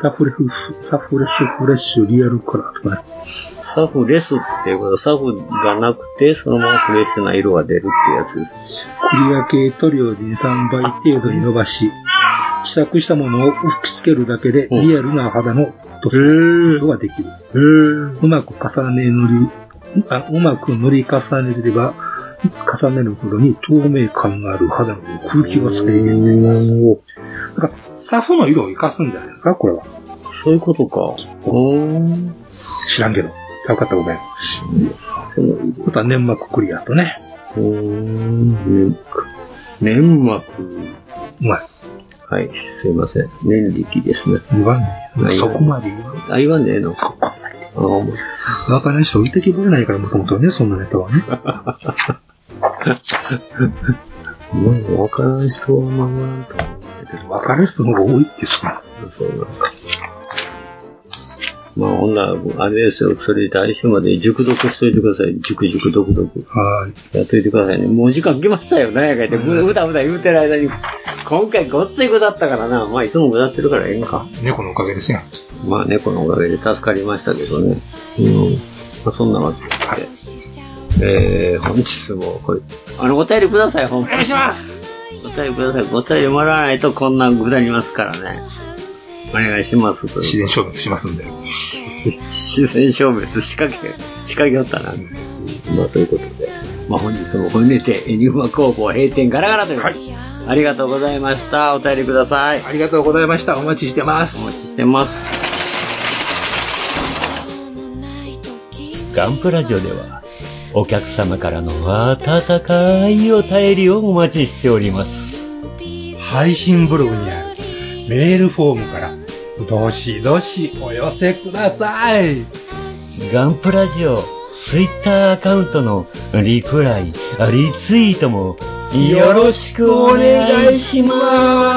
Speaker 7: サフレフ、サフレッシュフレッシュリアルカラーとかね。
Speaker 6: サフレスっていうこと、サフがなくて、そのままフレッシュな色が出るってやつ。
Speaker 7: クリア系塗料で3倍程度に伸ばし、試作したものを吹き付けるだけで
Speaker 6: うん
Speaker 7: リアルな肌の塗装ができる。うまく重ね塗り、あうまく塗り重ねれば、重ねるほどに透明感がある肌の空気が再現できます。なんかサフの色を生かすんじゃないですかこれは。
Speaker 6: そういうことか。うーん。
Speaker 7: 知らんけど。よかった、ごめん。あとは粘膜クリアとね。
Speaker 6: うーん。粘膜。
Speaker 7: うまい。
Speaker 6: はい、すいません。粘力ですね。
Speaker 7: 言わん
Speaker 6: は
Speaker 7: ね。
Speaker 6: い
Speaker 7: そこまで言わんね。
Speaker 6: あ、言わんでええの
Speaker 7: そこまで。
Speaker 6: あお前
Speaker 7: なかなか人置いてきぼれないから、もともとね、そんなネタはね。
Speaker 6: もう分からん人は守らんと思うんだけど、
Speaker 7: 分かる人の方が多いってさ。
Speaker 6: そうなんか。まあ、ほんなら、あれですよ、それで来週まで熟読しといてください。熟熟読読。
Speaker 7: はい。
Speaker 6: やっといてくださいね。もう時間来ましたよ、何やか言って、ううだうだ言うてる間に。今回ごっつい下ったからな。まあ、いつも下ってるからええんか。
Speaker 7: 猫のおかげですよ。
Speaker 6: まあ、猫のおかげで助かりましたけどね。うん。まあ、そんなわけで。えー、本日も、これ、あの、お便りください、ほんお願いしますお便りください。お便りもらわないとこんなぐだりますからね。お願いします、それ
Speaker 7: 自然消滅しますんで。
Speaker 6: 自然消滅仕掛け、仕掛けよったな。まあそういうことで。まあ本日もこれにて、エニグマ工房閉店ガラガラということで、ありがとうございました。お便りください。
Speaker 7: ありがとうございました。お待ちしてま
Speaker 6: お
Speaker 7: す。
Speaker 6: 待ちしてます。
Speaker 14: ガンプラジオではお客様からの温かいお便りをお待ちしております。
Speaker 5: 配信ブログにあるメールフォームから、どしどしお寄せください。
Speaker 14: ガンプラジオツイッターアカウントのリプライ、リツイートもよろしくお願いします。